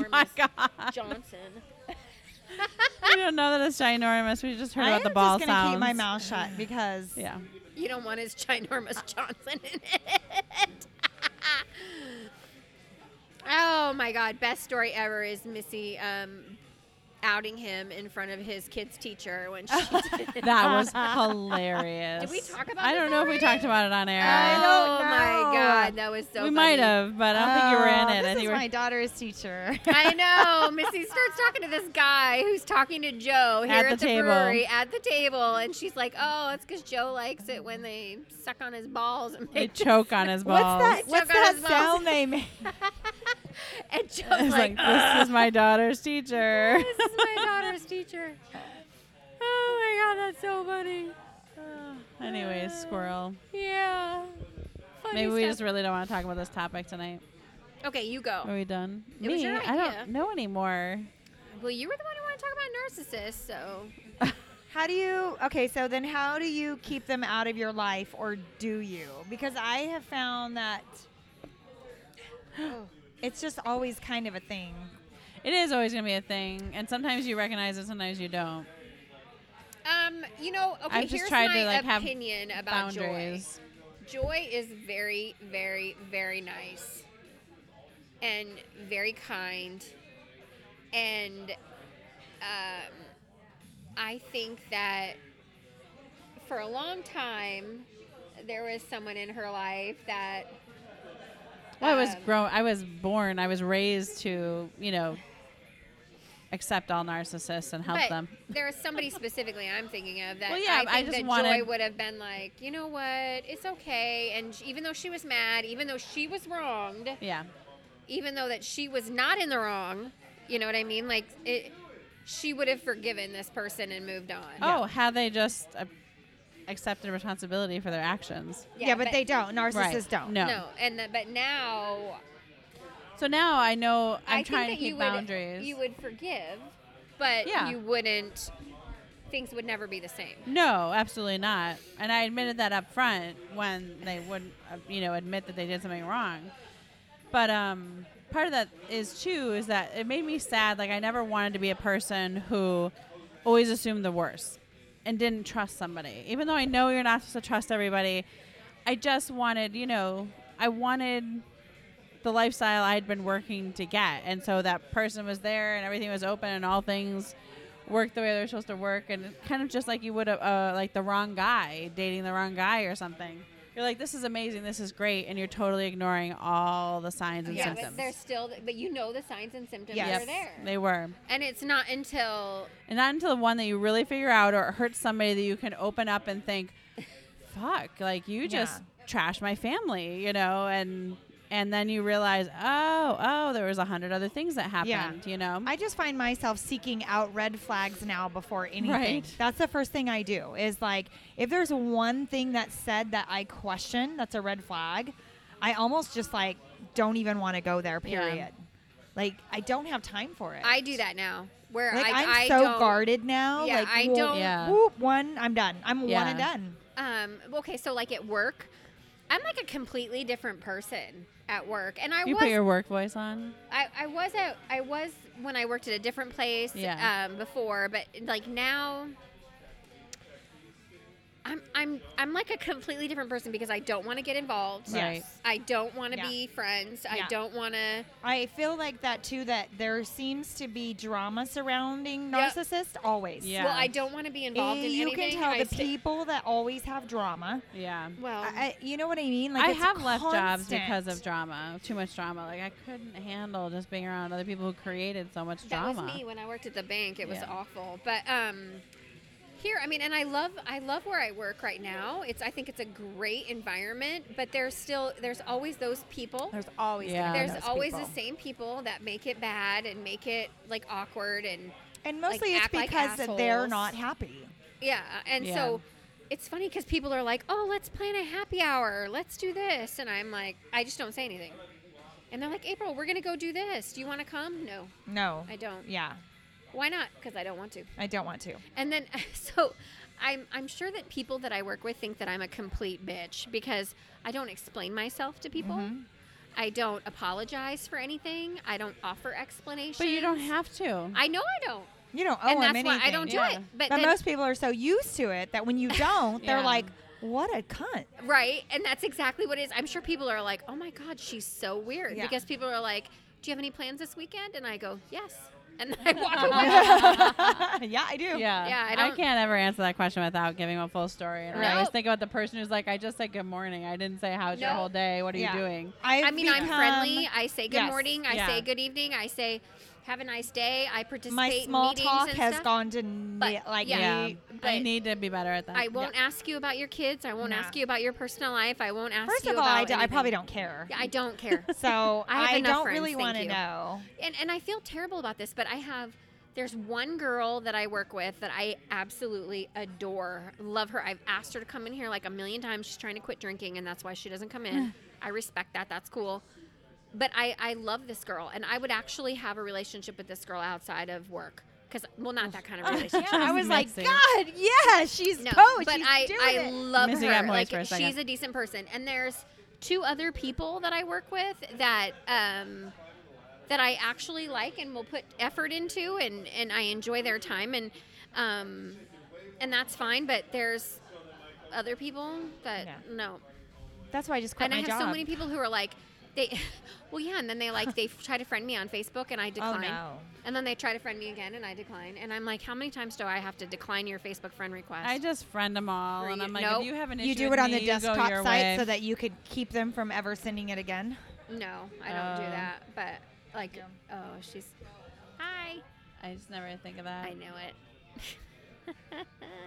my
ginormous
god!
Johnson.
we don't know that it's ginormous. We just heard
I
about
am
the ball
just gonna
sounds.
keep my mouth shut because (laughs)
Yeah.
You don't want
(laughs)
his ginormous Johnson in it. oh my God! Best story ever is Missy um, outing him in front of his kid's teacher
(laughs)
when she. did. (laughs)
That
(laughs)
was hilarious.
Did we talk about
I
this
don't know if we
already?
talked about it on air.
oh my
know.
God, that was so.
we might
funny.
have, but I don't think you were
Oh,
in it.
This
I
is
think
my
we're
daughter's teacher.
I know. Missy starts talking to this guy who's talking to Joe here
At
at,
the
the,
table.
brewery at the table, and she's like, "Oh, it's because Joe likes it when they suck on his balls and
they
make
choke on his balls.
(laughs)
(laughs)
What's that?
Joe
What's
got
that
his balls.
sound they made?
(laughs)
(laughs) And Joe's
I was
like,
like, this is my daughter's teacher.
"This is
(laughs)
my daughter's teacher." Oh my God, that's so funny.
Anyways, squirrel.
Yeah. Funny
Maybe we
stuff.
just really don't want to talk about this topic tonight.
Okay, you
Are
go.
we done?
It
Me?
was your
I
idea.
don't know anymore.
Well, you were the one who wanted to talk about narcissists, so
How do you okay? So then, how do you keep them out of your life, or do you? Because I have found that it's just always kind of a thing.
It is always going to be a thing, and sometimes you recognize it, sometimes you don't.
um, you know, okay,
I've just
here's
tried to,
my
like, have
opinion about joy.
Boundaries.
Joy is very, very, very nice and very kind. And um, I think that for a long time, there was someone in her life that.
Well, I was
um,
grown. I was born. I was raised to, you know, accept all narcissists and help
but
them.
There is somebody specifically I'm thinking of that
Well, yeah,
I
but I
think
just
that
wanted-
Joy would have been like, you know what, it's okay. And sh- even though she was mad, even though she was wronged,
Yeah.
even though that she was not in the wrong, you know what I mean? Like it, she would have forgiven this person and moved on.
Oh, had they just uh, accepted responsibility for their actions?
Yeah, but, they don't. Narcissists don't.
No.
No, and the, but now
So now I know I'm
i think
trying to
that
keep
you
boundaries.
Would, uh, you would forgive, but
Yeah.
you wouldn't. Things would never be the same.
No, absolutely not. And I admitted that up front when they wouldn't, uh, you know, admit that they did something wrong. But um, part of that is too is that it made me sad. Like I never wanted to be a person who always assumed the worst and didn't trust somebody, even though I know you're not supposed to trust everybody. I just wanted, you know, I wanted the lifestyle I'd been working to get. And so that person was there and everything was open and all things worked the way they're supposed to work. And kind of just like you would have, uh, like the wrong guy, dating the wrong guy or something. You're like, this is amazing, this is great. And you're totally ignoring all the signs and
Yeah,
symptoms.
but they're still. But you know the signs and symptoms
Yes.
are there,
They were.
and it's not until
And not until the one that you really figure out or it hurts somebody that you can open up and think, fuck, like you just trashed my family, you know, and and then you realize, oh, oh, there was a hundred other things that happened,
Yeah.
you know.
I just find myself seeking out red flags now before anything.
Right.
That's the first thing I do is like if there's one thing that's said that I question, that's a red flag. I almost just like don't even want to go there.
Yeah.
Period. Like I don't have time for it.
I do that now. Where
Like
I,
I'm
I
so
don't,
guarded now.
Yeah,
like
I
whoa,
don't-
Yeah.
Whoop, one, I'm done. I'm one
Yeah.
and done.
Um, okay, so like at work, I'm like a completely different person at work, and I
You
was
put your work voice on.
I, I was at I was when I worked at a different place
Yeah.
um, before, but like now I'm I'm I'm like a completely different person because I don't want to get involved.
Right. Yes.
I don't want to
Yeah.
be friends. I
Yeah.
don't want to
I feel like that too. That there seems to be drama surrounding
Yep.
narcissists always.
Yeah.
Well, I don't want to be involved in
you
anything.
can tell
I
the
sta-
people that always have drama.
Yeah.
Well,
I, I- you know what I mean? Like
I
it's
have left jobs because
constant.
of drama, too much drama. Like I couldn't handle just being around other people who created so much
that
drama.
was me when I worked at the bank. It was
Yeah.
awful. But um here, I mean, and I love I love where I work right now. It's I think it's a great environment, but there's still there's always those people.
There's always
Yeah.
gonna be
There's
those
always
people.
the same people that make it bad and make it like awkward and
and mostly
like,
it's
act like
because that they're
assholes.
not happy.
yeah. And
Yeah.
so it's funny because people are like, "Oh, let's plan a happy hour. Let's do this," and I'm like, I just don't say anything. And they're like, "April, we're gonna go do this. Do you want to come?" No,
No,
I don't.
Yeah,
Why not? Because I don't want to.
I don't want to.
And then, (laughs) so I'm, I'm sure that people that I work with think that I'm a complete bitch because I don't explain myself to people.
Mm-hmm.
I don't apologize for anything. I don't offer explanations.
but you don't have to.
I know I don't.
You don't owe
and that's
them
why I
anything.
don't do
Yeah.
it. But,
But,
then-
most people are so used to it that when you don't,
Yeah.
they're like, "What a cunt."
right, and that's exactly what it is. I'm sure people are like, "Oh my god, she's so weird,"
Yeah.
because people are like, "Do you have any plans this weekend?" And I go, "Yes," and then I
(laughs)
walk away.
yeah, I do.
(laughs)
yeah,
Yeah, I
I,
don't-
can't ever answer that question without giving a full story. And I always
Nope.
think about the person who's like, "I just said good morning. I didn't say how's your
Nope.
whole day. What are
Yeah.
you doing?"
I've (laughs)
I mean, I'm
become-
friendly. I say good
Yes.
morning. I
Yeah.
say good evening. I say have a nice day. I participate.
My
in
small
meetings
talk
and
has
stuff.
gone to n-
But,
like
yeah.
I,
me-
but-
need to be better at that.
I won't ask you about your kids. I won't
No.
ask you about your personal life. I won't ask
First
you
of all,
about
I, do, I
anything.
probably don't care.
Yeah, I don't care.
(laughs) So
(laughs) I have
I,
enough
don't
friends,
really
thank
want to
you.
know.
and and I feel terrible about this, but I have there's one girl that I work with that I absolutely adore. Love her. I've asked her to come in here like a million times. She's trying to quit drinking and that's why she doesn't come in. I respect that. That's cool. But I I love this girl and I would actually have a relationship with this girl outside of work. Cuz well not that kind of relationship.
I was like,
messy.
God, yeah, she's
No,
poached.
but
Oh, she's
I,
doing
I
it."
love
Missing
her.
that voice
Like
for a second.
she's a decent person. And there's two other people that I work with that um, that I actually like and will put effort into, and and I enjoy their time, and um, and that's fine. But there's other people that
Yeah.
no,
That's why I just quit
and I
my
have
job.
so many people who are like they, (laughs) well yeah, and then they like they try to friend me on Facebook, and I
oh
decline.
no.
And then they try to friend me again, and I decline. And I'm like, how many times do I have to decline your Facebook friend request?
I just friend them all,
Or
and
you-
I'm like,
nope.
if you have an issue,
You do
with
it on
me,
the
you go
desktop
your
site
way.
so that you could keep them from ever sending it again.
No, I don't do
Um,
Oh.
that. But like, oh, she's. Hi.
I just never think of that.
I knew it.
(laughs)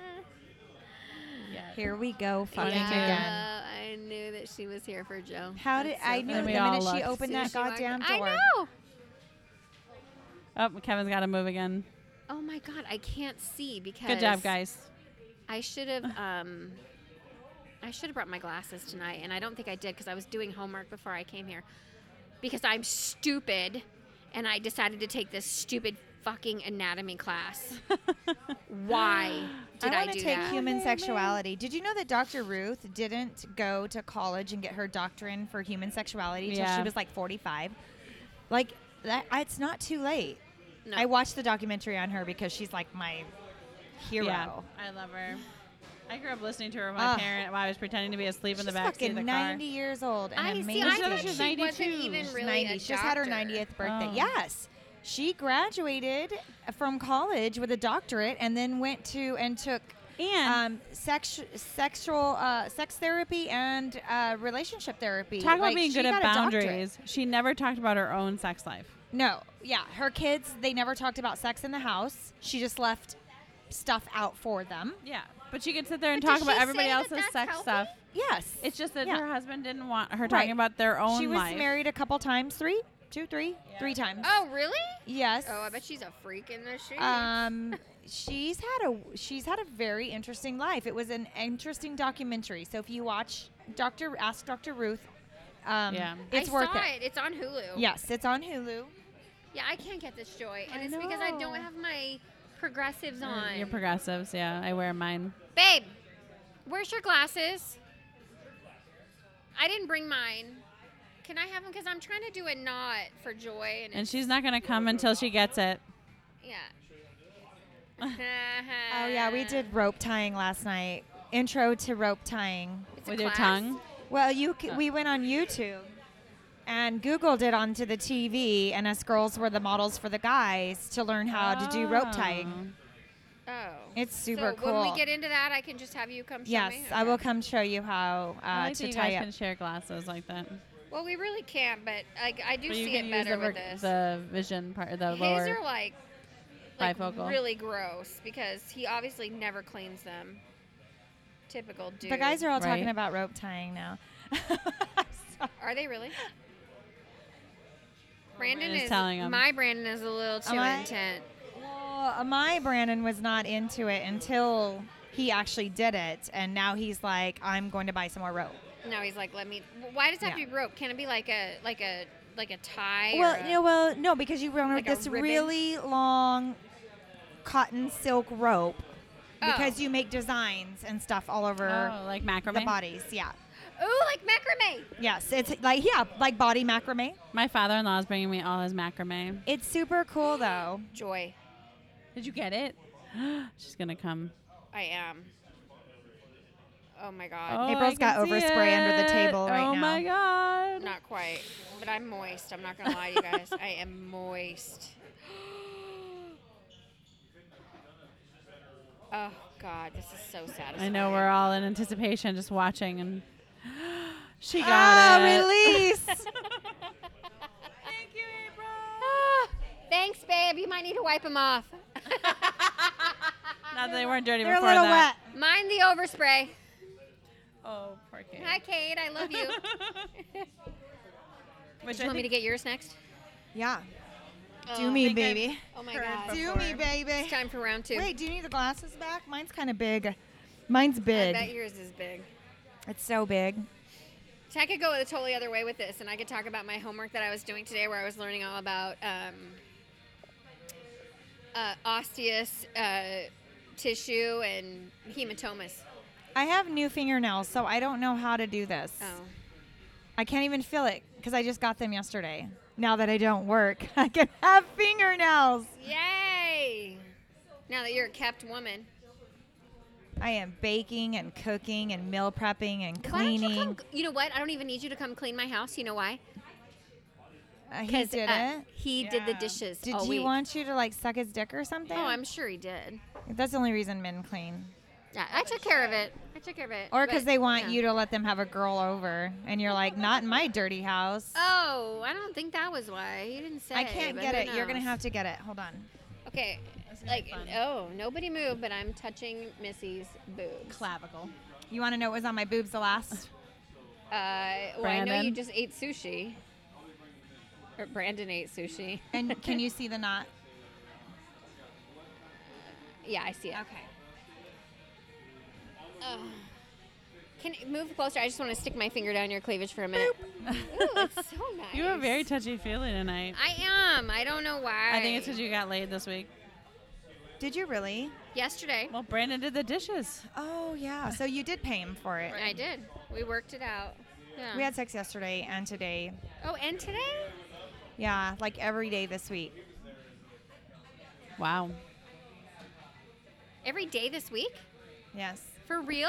yet.
Here we go, fucking again.
I knew that she was here for Joe.
How did
That's so
I
funny.
knew the
And we all
minute she
looked.
opened
As
that
soon as she
goddamn
walked-
door?
I know.
Oh, Kevin's got to move again.
Oh my god, I can't see because.
Good job, guys.
I should have. Um, I should have brought my glasses tonight, and I don't think I did because I was doing homework before I came here. Because I'm stupid, and I decided to take this stupid fucking anatomy
(laughs)
class. Why did I,
want
do
to take
that?
human sexuality. Did you know that Dr. Ruth didn't go to college and get her doctrine for human sexuality until
Yeah.
she was like 45? Like that, it's not too late.
No.
I watched the documentary on her because she's like my hero.
Yeah, I love her. I grew up listening to her with my
Ugh.
parent while I was pretending to be asleep in
She's
the back seat
fucking
of the
90
car.
years old and
I
amazing.
see. I
She
thought
was
she wasn't
92.
even
She's
really a
90. She just had her
doctor.
90th birthday.
Oh.
Yes. She graduated from college with a doctorate and then went to and took
And
um, sex, sexual, uh, sex therapy and uh, relationship therapy.
talk about
Like,
being
she
good at
got a doctorate.
boundaries. She never talked about her own sex life.
No, yeah, her kids they never talked about sex in the house. She just left stuff out for them.
Yeah, but she could sit there and
But
talk
does
about
she
everybody
say that
else's
that's
sex
healthy?
stuff.
Yes,
It's just that
Yeah.
her husband didn't want her
Right.
talking about their own
she was
life.
married a couple times, three, two, three, three times.
Oh, really?
yes.
Oh, I bet she's a freak in the street.
Um, she's had a she's had a very interesting life. It was an interesting documentary. So if you watch Doctor Ask Doctor Ruth, um,
Yeah.
it's
I
worth
saw
it.
It's on Hulu.
Yes, it's on Hulu.
Yeah, I can't get this joy, and
I
it's because I don't
know.
have my progressives on.
You're progressives, yeah. I wear mine.
Babe, where's your glasses? I didn't bring mine. Can I have them? Because I'm trying to do a knot for joy.
And
And, it's-
she's not going to come until she gets it.
yeah.
(laughs)
(laughs)
Oh yeah, we did rope tying last night. Intro to rope tying.
It's a
With your
class.
tongue?
Well, you c- we went on YouTube and Googled it onto the TV, and us girls were the models for the guys to learn how to do rope tying.
Oh.
It's super
so
cool.
When we get into that, I can just have you come show
yes,
me.
I will
Okay.
come show you how uh,
I like
to
that you
tie
guys
up.
can share glasses like that.
Well, we really can't, but like I do
But you
see
can
it
use
better
the,
with
rec-
this.
the vision part, the
His
lower.
are like, like
bifocal.
really gross because he obviously never cleans them. Typical dude.
The guys are all talking
Right.
about rope tying now. (laughs)
Are they really? Brandon
Brandon's
is
telling 'em.
my Brandon is a little too
Am I?
intent.
Well, uh, my Brandon was not into it until he actually did it, and now he's like, I'm going to buy some more rope.
No, he's like, let me. Why does it have
Yeah.
to be rope? Can it be like a like a like a tie? or
Well,
a-
no, well, no, because you remember
Like a
this
ribbon?
really long cotton silk rope because
Oh.
you make designs and stuff all over
oh, like
the
macrame.
bodies. Yeah.
Ooh, like macrame.
Yes, it's like yeah, like body macrame.
My father-in-law is bringing me all his macrame.
It's super cool though.
Joy,
Did you get it? (gasps) She's gonna come.
I am. Oh my
Oh,
god.
Uh, April's
I can
got
see
overspray under the table
it.
right
Oh my god!
Not quite, but I'm moist. I'm not gonna lie, to you guys. I am moist. Oh god, this is so
I
satisfying.
know we're all in anticipation, just watching, and (gasps) she got
Ah,
it.
(laughs) release.
Thank you, April.
Ah, Thanks, babe. You might need to wipe them off.
Not that they weren't dirty
They're a
before
little
that.
wet.
Mind the overspray.
Oh, poor kid.
Hi, Kate. I love
(laughs)
you.
Which
Do you want me to get yours next?
Yeah.
Oh,
Do me,
think I've
baby.
Oh my
heard
god.
Do me, baby.
It's time for round two.
Wait, do you need the glasses back? Mine's kind of big. Mine's
I
big.
bet yours is big.
It's so big.
So I could go the totally other way with this, and I could talk about my homework that I was doing today, where I was learning all about um, uh, osseous uh, tissue and hematomas.
I have new fingernails, so I don't know how to do this.
Oh,
I can't even feel it because I just got them yesterday. Now that I don't work, (laughs) I can have fingernails.
yay! Now that you're a kept woman,
I am baking and cooking and meal prepping and
Why don't
cleaning.
you, come, you know what? I don't even need you to come clean my house. You know why?
Uh, he did
uh,
it.
He did the
Yeah.
dishes.
Did
all
he
week.
want you to like suck his dick or something?
Oh, I'm sure he did.
That's the only reason men clean,
Yeah, I took care of it. I took care of it.
or because
but-
they want
yeah.
you to let them have a girl over, and you're like, not in my dirty house.
Oh, I don't think that was why. You didn't say.
I can't
but
get
who
it. You're gonna
knows?
have to get it. Hold on.
Okay,
gonna
like
be fun.
oh, nobody move, but I'm touching Missy's boobs.
clavicle?
You want to know what was on my boobs the last?
Uh, well, I know you
Brandon?
just ate sushi. Or Brandon ate sushi. (laughs)
and can you see the knot?
Yeah, I see it. Ugh. Can it move closer? I just want to stick my finger down your cleavage for a minute. Ooh, it's
(laughs)
so nice.
You were very touchy feely tonight.
I am. I don't know why.
I think it's because you got laid this week.
Did you really?
yesterday.
Well, Brandon did the dishes.
Oh yeah. So you did pay him for it.
I did. We worked it out. Yeah.
We had sex yesterday and today.
oh, and today.
Yeah, like every day this week.
Wow.
Every day this week?
Yes.
For real?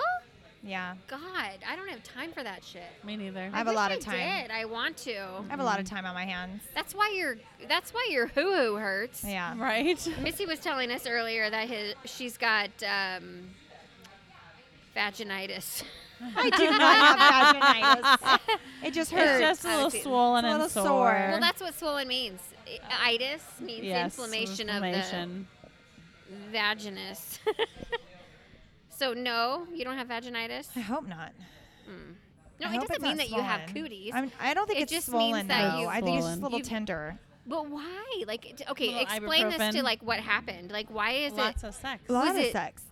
Yeah.
God, I don't have time for that shit.
Me neither.
I have a
wish
lot
I
of time.
Did. I want to.
I have a
Mm.
lot of time on my hands.
That's why your that's why your hoo hoo hurts. (laughs)
Yeah.
(laughs) Right?
Missy was telling us earlier that his she's got um, vaginitis. (laughs)
I (laughs) do not have vaginitis. It just
It's
hurts.
just a little
Attitude.
swollen
It's a
and
little
sore.
sore. (laughs)
Well, that's what swollen means. I- Itis means
yes,
inflammation, of
inflammation.
the vaginus. (laughs) so no, you don't have vaginitis.
I hope not.
No,
I
it
hope
doesn't
it's not
mean that you have
swollen.
cooties.
I'm, I don't think
It
it's
just means
swollen.
that
though.
you-
I think it's just a
Swollen.
little
you-
tender.
But why? Like, t- okay,
Little
explain this to
ibuprofen.
like what happened. Like, why is
Lots
it?
of sex.
A lot of
it-
sex.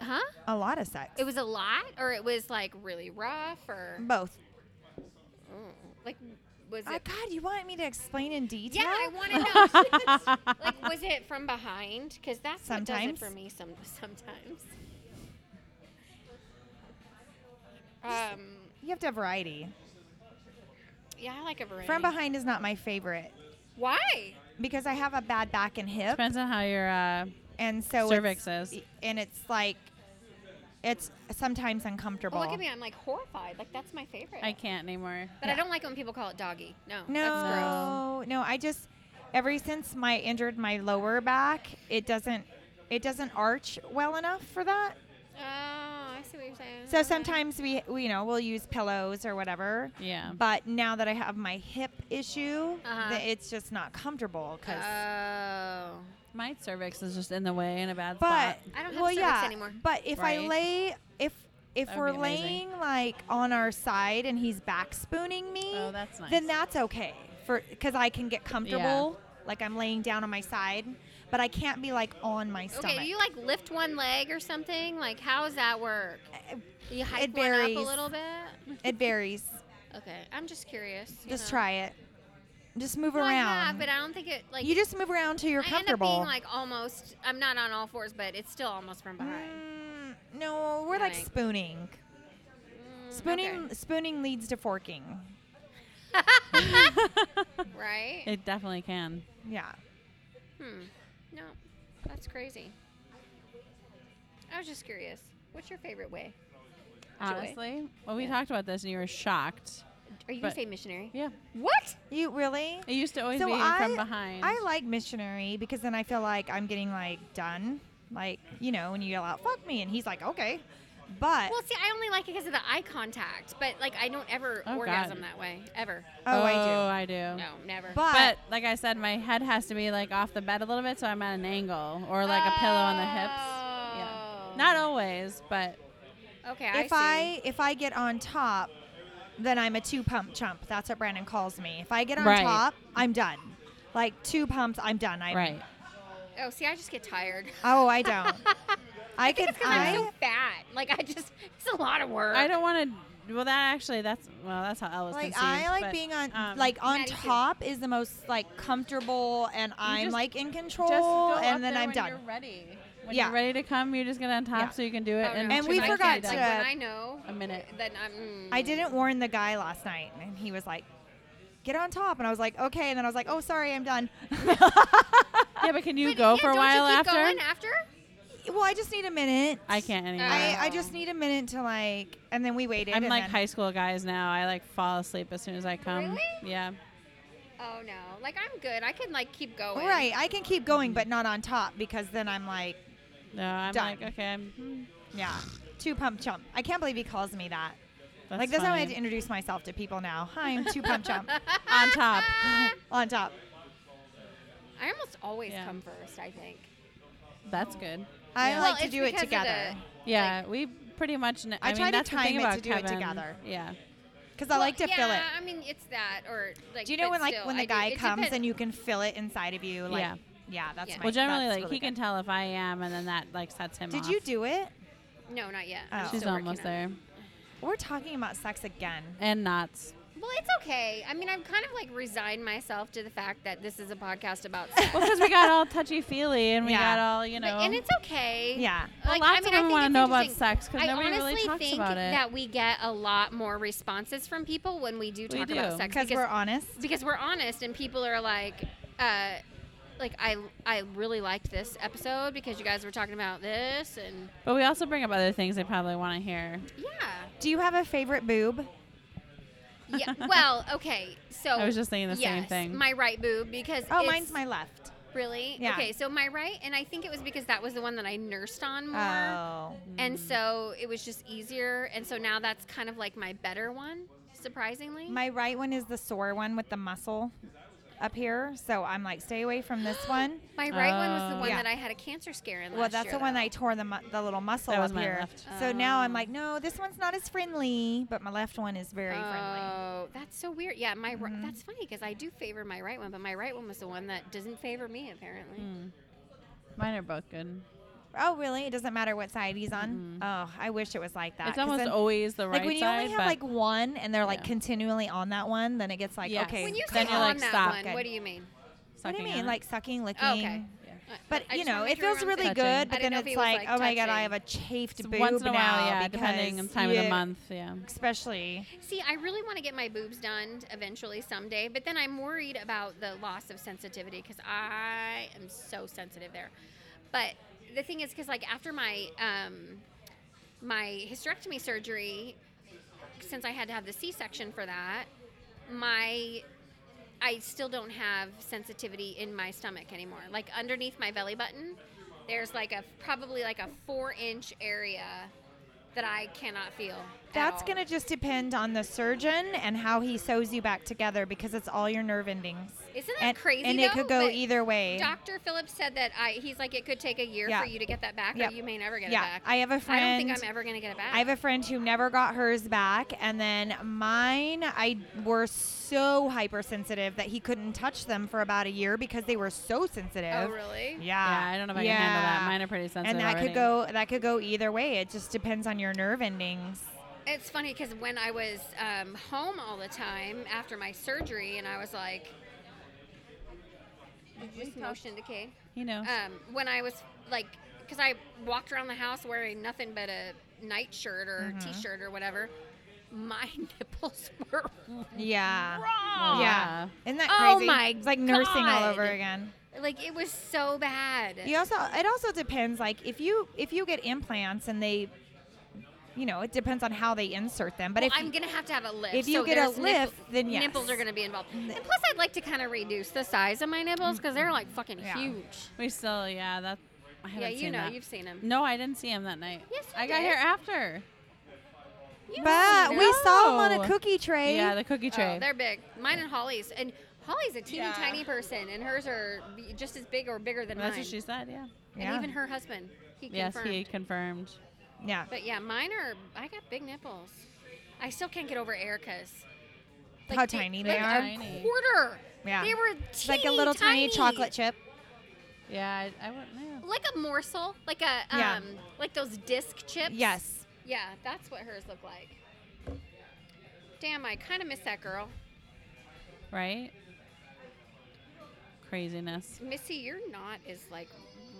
huh?
A lot of sex.
It was a lot, or it was like really rough, or
both.
mm, like, was
Oh,
it?
God, you want me to explain in detail?
Yeah, I want to
(laughs)
know. like, was it from behind? Because that's what does
Sometimes.
it for me. Some sometimes. Um.
You have to have variety.
Yeah, I like a variety.
From behind is not my favorite
Why?
because I have a bad back and
(laughs)
hip,
Depends on how your uh,
and so
cervix
it's,
is.
and it's like it's sometimes
Oh,
uncomfortable.
look at me. I'm like horrified. Like that's my favorite.
I can't anymore.
But I don't like when people call it doggy. No. That's gross.
No, no. I just ever since my injured my lower back, it doesn't it doesn't arch well enough for that.
Oh, I see what you're saying.
So
Okay.
sometimes we, we you know we'll use pillows or whatever.
Yeah.
But now that I have my hip issue,
Uh-huh.
th- it's just not comfortable
Oh.
because.
I
My cervix is just in the way in a bad
but
spot.
don't have
well,
cervix
yeah.
anymore.
But if I
Right.
lay if if
That would
we're
be amazing.
laying like on our side and he's back spooning me,
Oh, that's nice.
then that's okay for because I can get comfortable. Like I'm laying down on my side, but I can't be like on my stomach.
Okay, do you like lift one leg or something? Like, how does that work? You hike
Uh, it
one
varies.
up a little bit.
it varies.
Okay, I'm just curious. you
Just
know.
try it. Just move
Well, I
around.
have, but I don't think it like
you just move around till you're
I
comfortable.
end up being like almost. I'm not on all fours, but it's still almost from behind.
Mm, no, we're like
Like-
spooning.
Mm,
Spooning spooning leads to forking. (laughs)
okay, right?
It definitely can.
Yeah.
hmm. No, that's crazy. I was just curious. What's your favorite way?
Honestly, well, we talked about this and you were shocked.
Are you gonna
But-
say missionary?
Yeah,
What?
You really?
it used to always
So
be
I-
from behind.
I like missionary because then I feel like I'm getting like done. Like, you know, when you yell out, fuck me, and he's like, okay. But
Well, see, I only like it because of the eye contact, but like I don't ever
Oh, God.
orgasm that way ever.
oh, I
I do. I do.
No, never.
do. But,
But like I said, my head has to be like off the bed a little bit, so I'm at an angle or like a pillow on the hips.
Oh.
Yeah. Not always, but
Okay,
if
I,
I, if I get on top, then I'm a two pump chump. That's what Brandon calls me. If I get on
Right.
top, I'm done. Like two pumps, I'm done. I
right.
see. Oh, see, I just get
(laughs)
tired. (laughs)
Oh, I don't. I,
I think
could.
it's because
I
I'm so fat. Like I just, it's a lot of work.
I don't want to. Well, that actually, that's well, that's how Ellis.
like
conceived,
I like
but,
being on
um,
like on
Maddie too.
top is the most like comfortable and I'm
just-
like in
Just go
control
up
and then
there
I'm
when
done.
You're ready. When
Yeah.
you're ready to come, you just get on top
Yeah.
so you can do it.
Oh,
in
no.
And we
Like,
two
forgot
minutes.
Like
to-
when I know
A minute.
Then I'm. mm.
I didn't warn the guy last night and he was like, "Get on top," and I was like, "Okay," and then I was like, "Oh, sorry, I'm done." (laughs)
Yeah, but can you
Wait,
go
yeah,
for a
don't
while
you keep
after?
Going after?
well, I just need a minute.
I can't anymore.
I, I
Oh.
just need a minute to like, and then we waited.
I'm
and
like
then-
high school guys now. I like fall asleep as soon as I come.
Really?
Yeah.
Oh no, like I'm good. I can like keep going.
Right, I can keep going, but not on top because then I'm like,
No, I'm
Done.
like okay. I'm, hmm,
yeah, two pump chump. I can't believe he calls me that.
that's
like that's how I
fine.
had to introduce myself to people now. Hi, I'm two
(laughs)
pump chump
on top.
(laughs)
on top.
I almost always
Yeah.
come first. I think.
That's good.
I
Yeah.
Well,
like to
it's
do it
because of
together
Yeah, we pretty much. N-
I
I, mean,
try to
that's the
time
thing
it
about
to do it
Kevin.
together.
Yeah.
because I like to
yeah,
feel it.
I mean, it's that or like.
Do you know
but
when like
still,
when
I
the
do-
guy
it
comes
depends-
and you can feel it inside of you? Like, yeah,
Yeah.
that's
Yeah.
my-
Well,
Well, generally,
that's
like
really
he can
good.
tell if I am, and then that like sets him off.
Did you do it?
No, not yet.
Oh.
I'm
She's
still working
almost
on it.
there.
We're talking about sex again.
And knots.
Well, it's okay. I mean, I've kind of like resigned myself to the fact that this is a podcast about
(laughs)
sex.
Well, because we got all touchy feely, and we
Yeah.
got all you
But-
know.
and it's okay.
Yeah.
Well,
Like,
lots
I mean,
of
I
them
think
wanna
it's
know about
interesting.
sex 'cause
I
nobody really
honestly
talks
think
about it.
that we get a lot more responses from people when we do
We
talk about
do.
sex
Because we're honest.
because we're honest and people are like uh like I I really liked this episode because you guys were talking about this and
but we also bring up other things they probably want to hear.
yeah.
Do you have a favorite boob? (laughs)
Yeah. well, okay. So
I was just thinking the same
yes,
thing.
My right boob because
Oh,
it's-
mine's my left.
really
Yeah.
okay. So my right, and I think it was because that was the one that I nursed on more,
Oh,
and so it was just easier. And so now that's kind of like my better one, surprisingly.
my right one is the sore one with the muscle up here. So I'm like, stay away
(gasps)
from this one.
My right one was the
Oh.
one
Yeah.
that I had a cancer scare in.
Well,
last
that's
year,
the one
though.
I tore the, mu- the little muscle
That was
up
my
here.
left.
So now I'm
Oh.
like, no, this one's not as friendly, but my left one is very friendly. Mm-hmm.
Oh, that's so weird. Yeah, my ri- that's funny because I do favor my
Mm.
right one, but my right one was the one that doesn't favor me apparently.
Mine are both good.
oh really? It doesn't matter what side he's
Mm-hmm.
on. Oh, I wish it was like that.
It's
'cause
almost
then-
always the right
like when you
side.
only have
but
like one and they're like
Yeah.
continually on that one, then it gets like
Yes.
okay.
When you say
Then
on
you're like,
that
stop.
one,
Good.
what do you mean?
what do
sucking
you
on
mean?
it.
Like sucking, licking.
Oh, okay.
Yeah.
I-
But
I
you
just wanna
know,
make
it
sure we
feels
were on
really
touching.
good.
I
But
didn't
then
know if
it's
he was,
like,
like,
oh my god, I
touching.
have a chafed
It's
boob
once in a while,
now
yeah,
because
depending on time of
yeah,
the month, yeah.
Especially,
the- See, I really want to get my boobs done eventually someday, but then I'm worried about the loss of sensitivity because I am so sensitive there. But the thing is, because like after my um, my hysterectomy surgery, since I had to have the C-section for that, my I still don't have sensitivity in my stomach anymore. Like underneath my belly button, there's like a probably like a four-inch area that I cannot feel. at
that's
all.
gonna just depend on the surgeon and how he sews you back together because it's all your nerve endings.
Isn't that
and,
crazy?
And it
though?
could go
But
either way.
Dr. Phillips said that I, he's like, it could take a year
Yeah.
for you to get that back,
Yep.
or you may never get
yeah,
it back.
I have a
I
friend.
don't think I'm ever going to get it back.
I have a friend who never got hers back, and then mine, I were so hypersensitive that he couldn't touch them for about a year because they were so
oh,
sensitive.
really?
Yeah,
Yeah.
I don't know if I can handle that.
Yeah.
Mine are pretty sensitive.
And that
already.
could go that could go either way. It just depends on your nerve endings.
It's funny because when I was um, home all the time after my surgery, and I was like, just motion decay.
You know.
Um, when I was like, because I walked around the house wearing nothing but a nightshirt or
Mhm.
t-shirt or whatever, my (laughs) nipples were
Yeah.
yeah.
raw.
Yeah. Isn't that
Oh
crazy?
my
it's like nursing all over
God.
again.
Like it was so bad.
You also it also depends like if you if you get implants and they you know, it depends on how they insert them. But
Well,
if
I'm gonna have to have a lift.
if you
so
get a
there's nipple-
lift, then yes.
nipples are gonna be involved. And plus, I'd like to kind of reduce the size of my nipples because they're like fucking
Mm. Yeah.
huge.
We still, yeah, that. I haven't
Yeah, you
seen
know,
that.
you've seen them.
No, I didn't see him that night.
Yes, you
I got
did.
here after.
But we saw them on
No.
a cookie tray.
Yeah, the cookie tray.
Oh, they're big. Mine and Holly's, and Holly's a teeny
Yeah.
tiny person, and hers are b- just as big or bigger than
That's
mine.
what she said. Yeah.
and
Yeah.
even her husband, he
Yes,
confirmed.
he confirmed.
yeah.
But yeah, mine are. I got big nipples. I still can't get over Erica's.
How tiny they
like
are.
A
Tiny.
quarter.
Yeah.
They were
It's
teeny,
like a little tiny, chocolate chip.
Yeah, I, I wouldn't know.
like a morsel, like a um,
Yeah.
like those disc chips.
Yes.
Yeah, that's what hers look like. Damn, I kind of miss that girl.
Right? Craziness.
Missy, your knot is like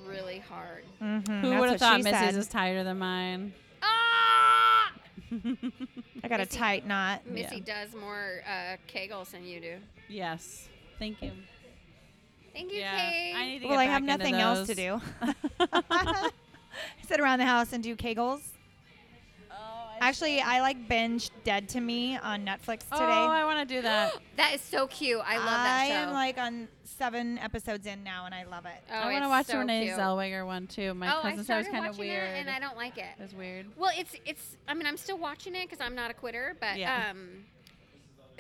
really hard.
Mm-hmm.
Who would have thought Missy's is tighter than mine? (laughs)
Ah!
I got a
Missy-
tight knot.
Missy does more uh, kegels than you do.
Yes. Thank you.
Thank you,
yeah.
Kate.
I need to
Well,
get
I have
back into
nothing else to
those.
do.
(laughs)
(laughs) Sit around the house and do kegels.
Oh,
Actually, I like binge Dead to Me on Netflix today.
Oh, I want to do
(gasps)
(gasps)
that. (gasps)
that is so cute. I love
I
that show.
am like on seven episodes in now, and I love it.
oh,
I want to
it's
watch
so
the Renee
cute.
Zellweger one too. My
oh, I
cousin said it was
started
kind of
watching that,
weird.
and I don't like it.
It was weird.
Well, it's it's. I mean, I'm still watching it because I'm not a quitter. But
Yeah.
um,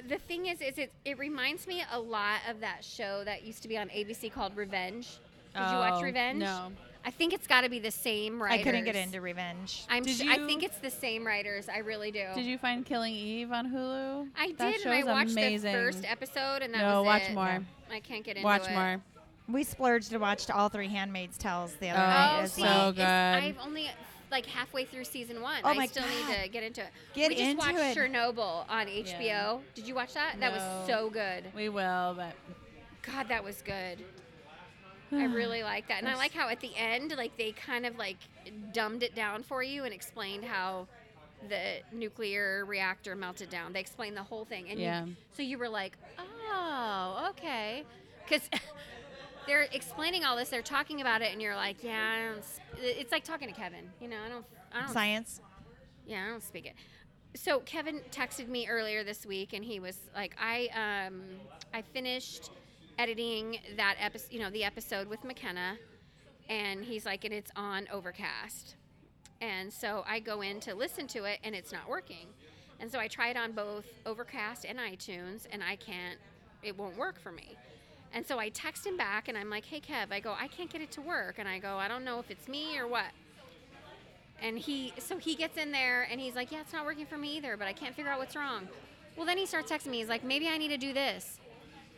the thing is, is it it reminds me a lot of that show that used to be on ABC called Revenge. Did you
Oh,
watch Revenge?
No.
I think it's got to be the same writers.
I couldn't get into Revenge.
I'm.
Did
su- I
you-
think it's the same writers. I really do.
Did you find Killing Eve on Hulu?
Oh. I did.
That
and I
show's
watched
amazing.
the first episode, and that
No,
was
watch
it.
more.
I can't get into
Watch
it.
more.
We splurged and watched all three Handmaid's Tales the other
Oh,
night
Oh,
as
see,
so
well.
good.
it's- I've only like halfway through season one.
Oh
I
my
still need
God.
to get into it.
Get
we just
into
watched
it.
Chernobyl on HBO. Did you watch that? That was
No.
so good.
We will, but
God, that was good. I really like that, and I like how at the end, like they kind of like dumbed it down for you and explained how the nuclear reactor melted down. They explained the whole thing, and you-
Yeah.
so you were like, oh, okay, because. (laughs) They're explaining all this. They're talking about it, and you're like, "Yeah, I don't s- it's like talking to Kevin. You know, I don't, I don't
Science.
yeah, I don't speak it. So Kevin texted me earlier this week, and he was like, "I um, I finished editing that episode, you know, the episode with McKenna, and he's like, and it's on Overcast, and so I go in to listen to it, and it's not working, and so I tried on both Overcast and iTunes, and I can't, it won't work for me." And so I text him back and I'm like, hey, Kev, I go, I can't get it to work. And I go, I don't know if it's me or what. And he, so he gets in there and he's like, yeah, it's not working for me either, but I can't figure out what's wrong. Well, then he starts texting me. He's like, maybe I need to do this.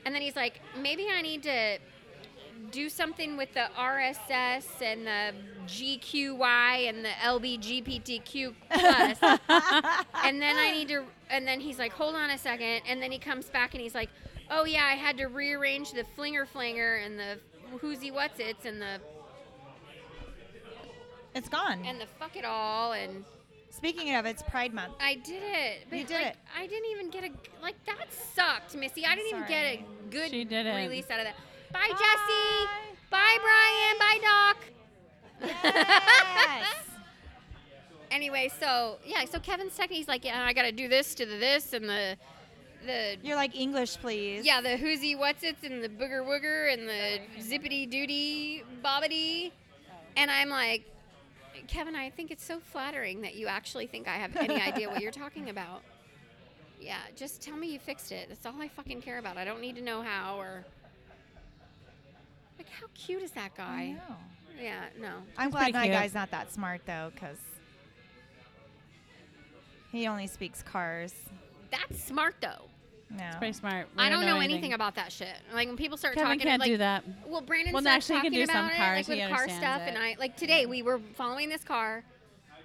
And then he's like, maybe I need to do something with the RSS and the GQY and the LBGPTQ plus. and then I need to. And then he's like, hold on a second. And then he comes back and he's like, oh yeah, I had to rearrange the flinger flanger and the whoozy what's its and the
It's gone.
and the fuck it all and
Speaking of, it's
(laughs)
Pride Month.
I did it. But
You did
like,
it.
I didn't even get a like that sucked, Missy. I didn't even get a
sorry.
good
She didn't.
release out of that. Bye, Jesse. Bye, Brian. Bye, Doc.
Yes.
(laughs) Anyway, so yeah, so Kevin's tech, he's like, yeah, I got to do this to the this and the the
You're like English, please.
yeah the whoozy what's its and the booger wooger and the zippity dooty bobbity, and I'm like, Kevin, I think it's so flattering that you actually think I have any idea what you're talking about. Yeah, just tell me you fixed it. That's all I fucking care about. I don't need to know how or like how cute is that
I
guy?
know.
Yeah, no.
I'm
It's
glad
pretty
my
cute.
guy's not that smart though, because he only speaks cars.
That's smart though.
No.
Pretty smart. We
I don't know anything about that shit. Like when people start
Kevin
talking,
can't
like,
do that.
Well, Brandon
Well,
started
actually, he
talking
can do some
about it,
cars.
like with
He
car
understands
stuff,
it.
and I like today we were following this car,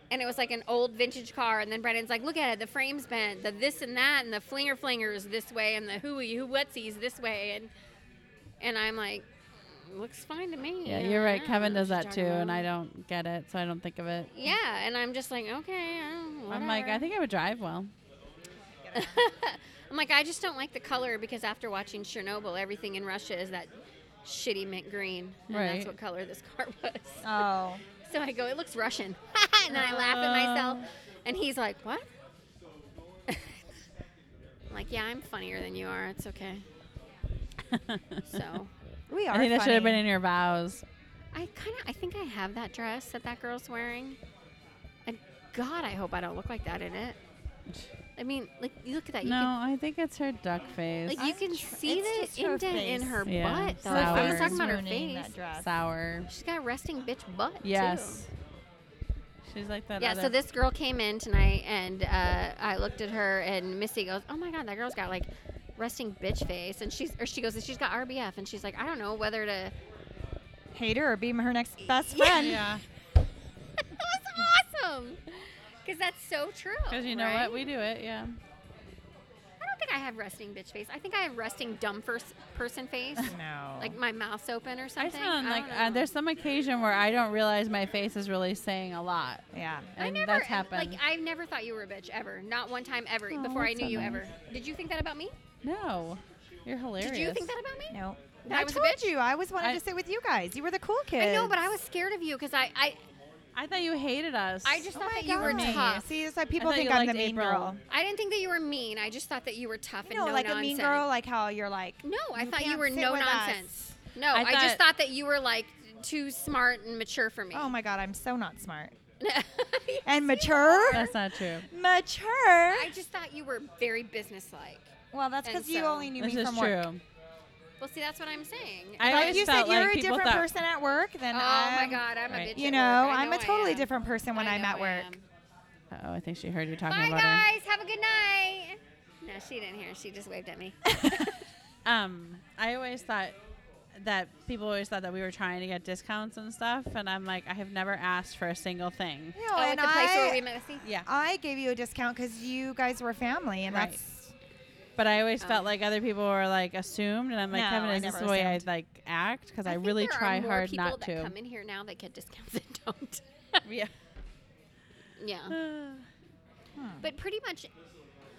and it was like an old vintage car, and then Brandon's like, "Look at it, the frame's bent, the this and that, and the flinger flingers this way, and the hooey who whatsies this way," and and I'm like, "Looks fine to me."
Yeah,
I
you're
don't
right.
know
Kevin
what
does
you're
that too,
talking
and
about."
I don't get it, so I don't think of it.
Yeah, and I'm just like, okay. I don't-
I'm like,
whatever."
I think I would drive well.
(laughs) I'm like, I just don't like the color because after watching Chernobyl, everything in Russia is that shitty mint green, and
Right.
that's what color this car (laughs) was.
Oh.
So I go, it looks Russian. (laughs) and then I laugh at myself.
Um.
And he's like, what? (laughs) I'm like, yeah, I'm funnier than you are. It's
(laughs)
okay. So
We are.
I think that should have been
funny.
in your vows.
I kind of, I think I have that dress that that girl's wearing. And God, I hope I don't look like that in it. I mean, like, you look at that. You
No, I think it's her duck
Can,
face.
like, you
I'm
can
tr-
see the
it's just her
indent in
face.
her
Yeah,
butt, though.
Her
I'm
face
not talking about her
ruining
face.
That dress.
Sour.
She's got a resting bitch butt, too.
Yes. She's like that.
Yeah,
other
so this girl came in tonight, and uh, I looked at her, and Missy goes, "Oh my god, that girl's got like resting bitch face," and she's or she goes, "She's got RBF," and she's like, "I don't know whether to." (laughs)
Hate her or be her next best
Yeah.
friend.
Yeah.
that was awesome, because that's so true.
Because you know
right?
what? We do it. Yeah.
I don't think I have resting bitch face. I think I have resting dumb first
(laughs)
person face,
No.
like my mouth's open or
I
something.
sound
I
like
don't
uh,
know.
there's some occasion where I don't realize my face is really saying a lot.
yeah.
And
I never
that's happened.
like I've never thought you were a bitch ever. Not one time ever
Oh,
before I
that's
knew
so
you
nice.
ever. Did you think that about me?
no. You're hilarious.
Did you think that about me?
No.
That
I
was a
told
bitch?
you. I always wanted
I-
to sit with you guys. You were the cool kid.
I know, but I was scared of you because I, I,
I thought you hated us.
I just
Oh
thought
my
that you were
God.
tough.
See, that's why people
thought
think
you
I'm the
liked
mean
April.
girl.
I didn't think that you were mean. I just thought that you were tough
You
and
know,
no
like
nonsense.
a mean girl, like how you're like.
no, I
"You
thought you
can't
were
sit
no
with us."
nonsense. No,
I
I,
thought-
just thought that you were like too smart and mature for me. (laughs)
Oh my god, I'm so not smart
I
and mature.
(laughs) That's not
(laughs)
true.
mature.
just thought you were very businesslike.
Well, that's
And
because you
so-
only knew
This
me
is
from
true.
work.
Well, see, that's what I'm saying.
I
like
always
you said,
felt
you're
like
a
people
different
thought-
person at work than
oh
I.
my God, I'm a
Right.
bitch.
You
at
know,
work. I
I'm a
know I
totally
am.
different person when
I
I'm
know
at
I
work.
am.
Oh, I think she heard you talking
Bye,
about her.
guys. Have a good night. No, she didn't hear. She just waved at me.
Um, I always thought that people always thought that we were trying to get discounts and stuff, and I'm like, I have never asked for a single thing.
You
(laughs)
know,
oh, at
and
the place
I,
where we met Missy.
Yeah.
I gave you a discount because you guys were family, and
Right.
that's
But I always
Oh.
felt like other people were like assumed, and I'm like,
No,
Kevin,
I
is this
never
the way I
assumed.
like act? Because I,
think
really
there are
try
more
hard
people
not
that
to.
Come in here now that get discounts (laughs) and don't.
(laughs) Yeah.
yeah, but pretty much,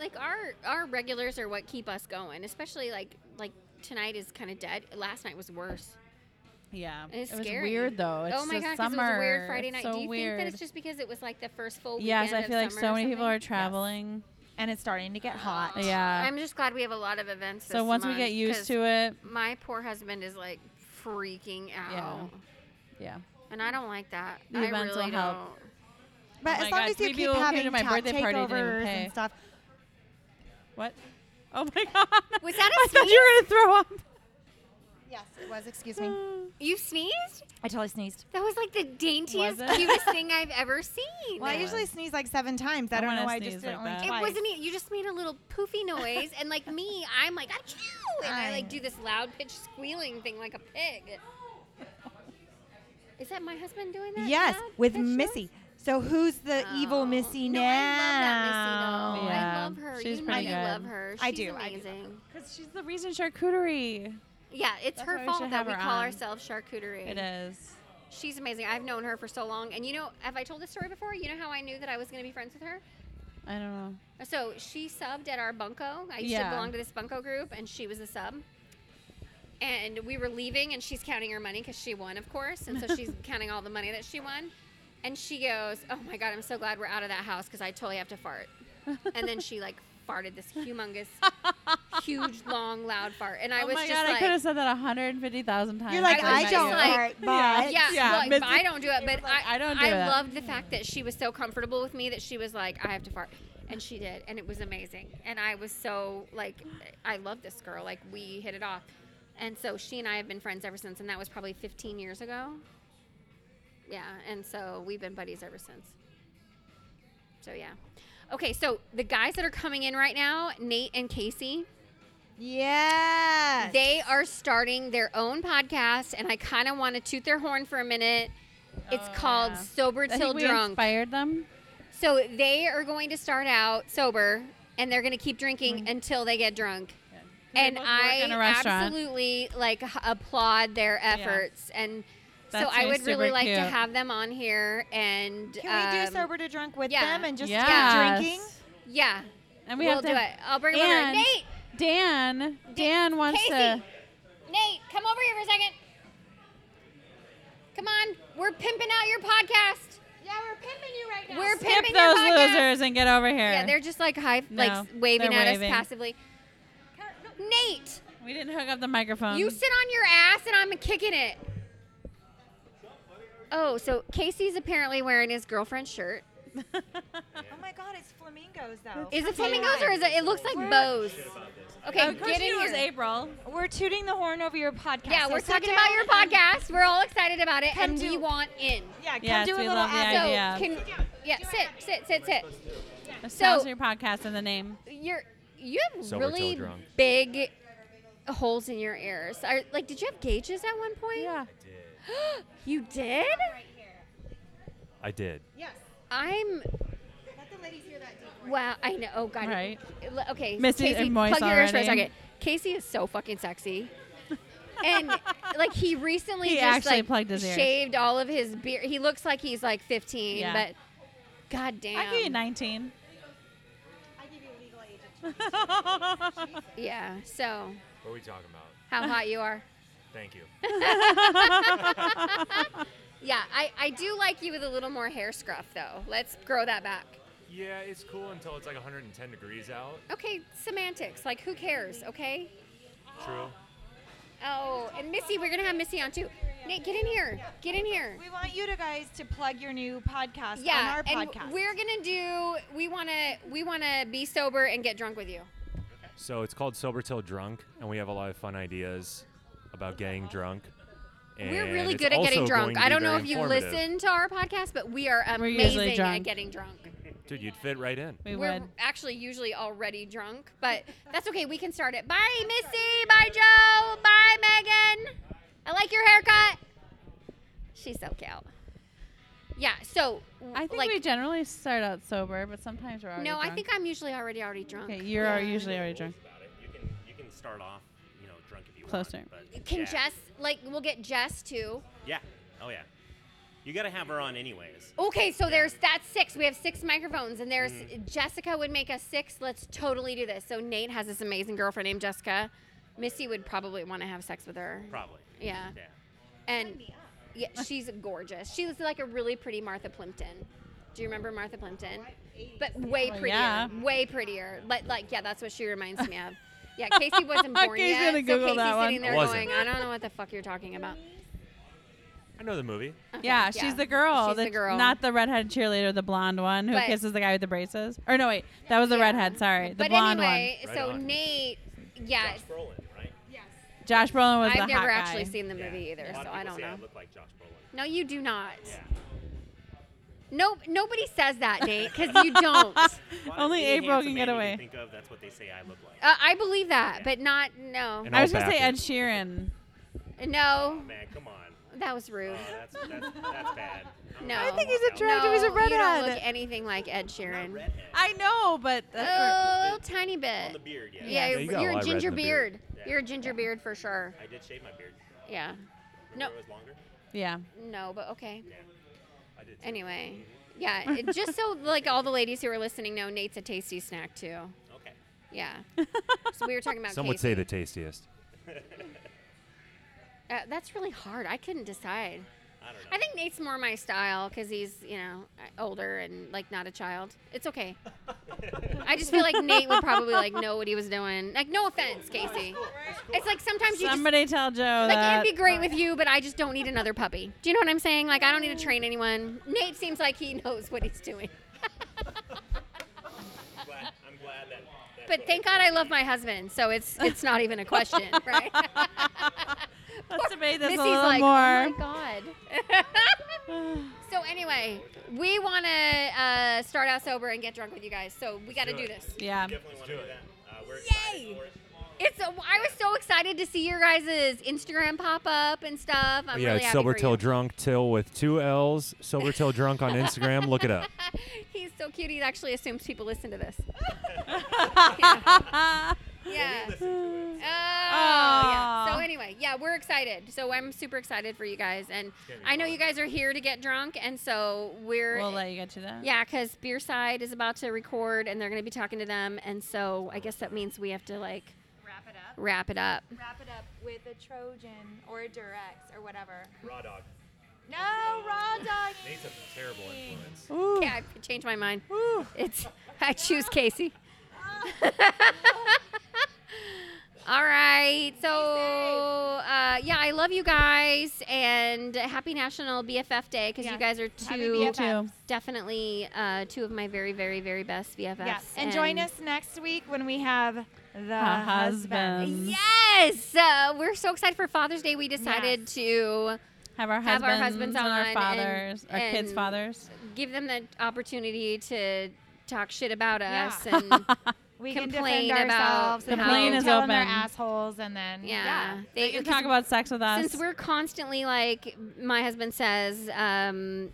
like our our regulars are what keep us going. Especially like like tonight is kind of dead. Last night was worse.
yeah.
And it's
it was
scary.
weird though. It's
oh my
the
god, 'cause
summer.
it was a weird Friday
It's
night.
so
Do you
weird.
think that it's just because it was like the first full weekend?
yes, I feel
of
like
summer
so
or
many people are
something?
traveling.
and it's starting to get hot.
Yeah.
I'm just glad we have a lot of events.
so once we get used to it,
my poor husband is like freaking out,
yeah.
and I don't like that.
The
I
events will
really
help.
don't.
But
Oh my
as long
God,
as you
three
keep
people came to
having
my
top
birthday party, didn't even
takeovers
pay.
and stuff,
What? Oh my (laughs) god.
Was that a
I thought you were gonna throw up.
yes, it was. Excuse me,
(gasps)
You sneezed?
I totally sneezed.
That was like the daintiest,
Was it?
cutest thing I've ever seen.
Well, I
Yeah.
usually sneeze like seven times. I,
I
don't
wanna
know. why I
sneeze
just did it
like
only
that.
twice.
It
It wasn't even, you just made a little poofy noise, and like me, I'm like, achoo! And I,
I
like
know.
do this loud pitch squealing thing like a pig. Is that my husband doing that?
Yes,
sad
with
picture?
Missy. So who's the
Oh.
evil Missy
no,
now?
I love that Missy though. I
Yeah.
love her.
She's
you know
pretty
you
good.
love her. She's
I do, I do love
Amazing.
Because she's the reason charcuterie.
Yeah, it's
That's why
her
we
fault
should
that
have
we
her
call
on.
ourselves charcuterie.
It is.
She's amazing. I've known her for so long. And you know, have I told this story before? You know how I knew that I was going to be friends with her?
I don't know.
So she subbed at our bunco. I used
Yeah.
to belong to this bunco group, and she was a sub. And we were leaving, and she's counting her money because she won, of course.
(laughs)
And so she's counting all the money that she won. And she goes, "Oh my god, I'm so glad we're out of that house because I totally have to fart." And then she like farted this
(laughs)
humongous, huge, long, loud fart, and I
oh
was
my
just
god, I
like,
could have said that 150,000 times.
You're like,
I
I,
was
don't
like-
fart, but
yeah,
Yeah,
well,
Missy-
I don't do it, but
like,
I,
I don't do
I
it.
loved the fact that she was so comfortable with me that she was like, I have to fart, and she did, and it was amazing. And I was so like, I love this girl. Like we hit it off, and so she and I have been friends ever since, and that was probably 15 years ago. Yeah, and so we've been buddies ever since. So yeah. Okay, so the guys that are coming in right now, Nate and Casey,
yeah.
they are starting their own podcast, and I kind of want to toot their horn for a minute. It's
Oh,
called
yeah.
Sober
I
Till
think we
Drunk.
inspired them.
so they are going to start out sober, and they're going to keep drinking until they get drunk. And
Mm. They both work
I
in a restaurant.
absolutely like h- applaud their efforts. And so
That's
I
really
would really
super
like to
cute.
have them on here. And
Can we do
um,
sober to drunk with
yeah.
them and just
Yes.
keep drinking?
Yeah,
And we
will
have to
do it. I'll bring them over.
and-
Nate,
Dan, Dan wants
Casey,
to
Nate, come over here for a second. Come on, we're pimping out your podcast.
Yeah, we're pimping you right
We're
tip
pimping your
those
podcast.
losers and get over here.
Yeah, they're just like high, like
No,
s- waving
they're
at
waving.
us passively. Nate,
we didn't hook up the microphone. (laughs)
you sit on your ass and I'm kicking it. Oh, so Casey's apparently wearing his girlfriend's shirt.
Oh my God, it's flamingos though.
Is it
Come on.
flamingos or is it? It looks like bows. Okay,
of course
get
it
in
was
here.
April.
We're tooting the horn over your podcast.
Yeah,
so
we're
sit
talking about
(laughs)
down
your
and-
podcast. We're all excited about it,
Come
and we
do-
want in.
Yeah, come
Yes,
do a
we
little
love the
ad-
Uh, So
idea.
can yeah, sit, sit, sit, sit.
So, your podcast and the name.
You're you have
Sober till
really
drunk.
big holes in your ears. Are, like, did you have gauges at one point?
Yeah.
(gasps) You did?
I did.
Yes.
I'm.
Let the ladies hear that.
Wow, I know. Oh God.
Right.
L- Okay.
Misty
Casey,
and
plug
moist
your ears for a
already.
second. Casey is so
(laughs)
fucking sexy. and like he recently
He
just
actually
like
plugged his ears.
shaved all of his beard. He looks like he's like 15,
Yeah.
but god damn.
I give you 19.
I give you legal age.
Yeah. So
What are we talking about?
how hot you are.
Thank (laughs) you.
Yeah, I, I do like you with a little more hair scruff though. Let's grow that back.
yeah, it's cool until it's like 110 degrees out.
Okay, semantics. Like who cares? Okay.
True.
Oh, and Missy, we're gonna have Missy on too. Nate, get in here. Get in here.
We want you to guys to plug your new podcast on
Yeah,
our
and
podcast.
we're gonna do. We wanna we wanna be sober and get drunk with you.
So it's called Sober Till Drunk, and we have a lot of fun ideas about getting drunk.
We're
and
really
it's
good at getting
also
drunk.
going to
I
be
don't know
very
if you
informative.
listen to our podcast, but we are
We're usually
amazing at
drunk.
getting drunk.
Dude, you'd fit right in.
We
We're
would.
actually usually already drunk,
(laughs)
but that's okay. We can start it. Bye, Missy. Bye, Joe. Bye, Megan. I like your haircut. She's so cute. Yeah. So
I think
like,
we generally start out sober, but sometimes we're already
no, I
drunk.
think I'm usually already already drunk.
Okay, you're
Yeah.
usually already drunk.
about it. You can you can start off, you know, drunk if you
Closer.
want. but
Can
yeah.
Jess like we'll get Jess too?
Yeah. Oh yeah. You gotta have her on anyways.
Okay, so there's that's six. We have six microphones, and there's Jessica would make us six. Let's totally do this. So Nate has this amazing girlfriend named Jessica. Missy would probably want to have sex with her.
Probably.
Yeah.
Yeah.
And yeah, she's gorgeous. She looks like a really pretty Martha Plimpton. Do you remember Martha Plimpton? But way
Well,
prettier.
Oh, yeah.
Way prettier. Like, like yeah, that's what she reminds me of. Yeah,
(laughs)
Casey wasn't born
Casey's gonna
yet. so
Google
Casey's
that one.
sitting there
I wasn't.
going, I don't know what the fuck you're talking about.
I know the movie.
yeah,
yeah.
she's the girl.
She's the girl.
Not the redheaded cheerleader, the blonde one who
But-
kisses the guy with the braces. Or no, wait, that was (laughs) the
Yeah.
redhead. Sorry, the
but
blonde
anyway,
one.
so
Right on.
Nate, yeah,
Josh Brolin, right?
one. Josh Brolin was
I've
the
never
hot
actually
guy.
seen the
Yeah.
movie either,
A lot
so
of people
I don't
say
know.
I look like Josh Brolin.
No, you do not.
Yeah.
No, nobody says that, Nate,
(laughs)
because you don't. uh,
A lot of
Only
any
April
handsome
can get
man you
away.
Think of that's what they say I look like.
Uh, I believe that, but not no,
And
I was
all
gonna say Ed
backwards.
Sheeran.
no.
Man, come on. Oh,
That was rude.
That's, that's, that's bad. I'm
No.
not
I think he's
walking out.
attractive. He's a
No, You don't
redhead.
look anything like Ed Sheeran.
Redhead.
I know, but
A
that's where-
little tiny
On the
bit.
beard, yeah.
Yeah,
Yeah, you
you're,
got a
you're a
lot of red in
ginger
the beard.
beard. You're a ginger beard for sure.
I did shave my beard.
Yeah. No,
Remember It was longer.
yeah.
no, but okay.
Yeah. I did. too.
Anyway, yeah. it- just so like all the ladies who are listening know, Nate's a tasty snack too.
Okay.
Yeah. So we were talking about.
Some would say
Casey.
the tastiest.
Uh, that's really hard. I couldn't decide.
I don't know.
I think Nate's more my style because he's, you know, uh, older and like not a child. It's okay. I just feel like Nate would probably like know what he was doing. Like, no offense, Casey. It's like sometimes you just,
Somebody tell Joe
like
that.
it'd be great with you, but I just don't need another puppy. Do you know what I'm saying? Like, I don't need to train anyone. Nate seems like he (laughs) knows what he's doing.
I'm glad, I'm glad that. that
But thank God I love my husband, so it's it's not even a question, (laughs) right?
Let's debate this
Missy's
a little
like,
more.
oh my god. (sighs) so anyway, we want to uh, start out sober and get drunk with you guys. So we got to do this.
(laughs) yeah.
Definitely want to do that. Uh, we're excited
Yay!
for it.
It's a, I was so excited to see your guys' Instagram pop up and stuff. I'm
yeah,
really
it's
happy
sober
for
till
you.
drunk till with two L's. Sober till drunk on Instagram. Look it up.
(laughs) He's so cute. He actually assumes people listen to
(laughs)
this.
Ah,
yeah. yeah. Oh, yeah. So
Aw.
anyway, yeah, we're excited. So I'm super excited for you guys, and I know you guys are here to get drunk, and so we're
We'll let you get to that.
yeah, because Beerside is about to record, and they're going to be talking to them, and so I guess that means we have to like
wrap it up.
wrap it up.
Wrap it up with a Trojan or a Durex or whatever.
Raw dog.
No, raw dog.
Nate's a terrible influence.
Ooh.
Yeah, I changed my mind. It's I
(laughs)
choose Casey. All right, so uh, yeah, I love you guys, and happy National BFF Day because you
Yes.
guys are
Happy
two
BFFs.
Two.
definitely uh, two of my very, very, very best BFFs.
Yes. And join us next week when we have the husband.
husband.
Yes, uh, we're so excited for Father's Day. We decided
Yes.
to
Have our
Have
husbands,
our husbands
and
on
our
and-
fathers, our kids'
and-
fathers.
give them the opportunity to talk shit about
Yeah.
(laughs)
us and
We
Complain
can defend
about
ourselves. and
the
we
plane
can
is
tell them they're
open.
assholes, and then
yeah,
They can talk about sex with us.
since we're constantly like my husband says um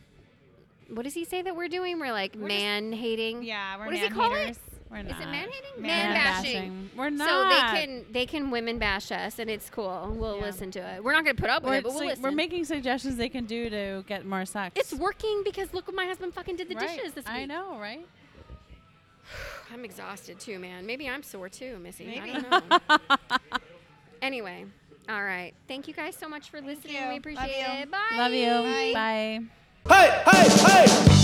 what does he say that we're doing we're like
just-
man hating
Yeah, we're
What does he
man
call it?
haters.
We're
is
not.
it man hating
Man
man, bashing,
We're not.
so they can they can women bash us and it's cool we'll
Yeah.
listen to it we're not gonna put up with
We're,
it but we'll
su-
listen
we're making suggestions they can do to get more sex.
it's working because look what my husband fucking did the
Right.
dishes this week
I know, right?
i'm exhausted too man maybe i'm sore too missy i don't know
(laughs)
anyway all right thank you guys so much for listening
you.
we
Love
appreciate
you.
it bye
Love you. Bye.
Bye.
Bye.
Hey, hey, hey!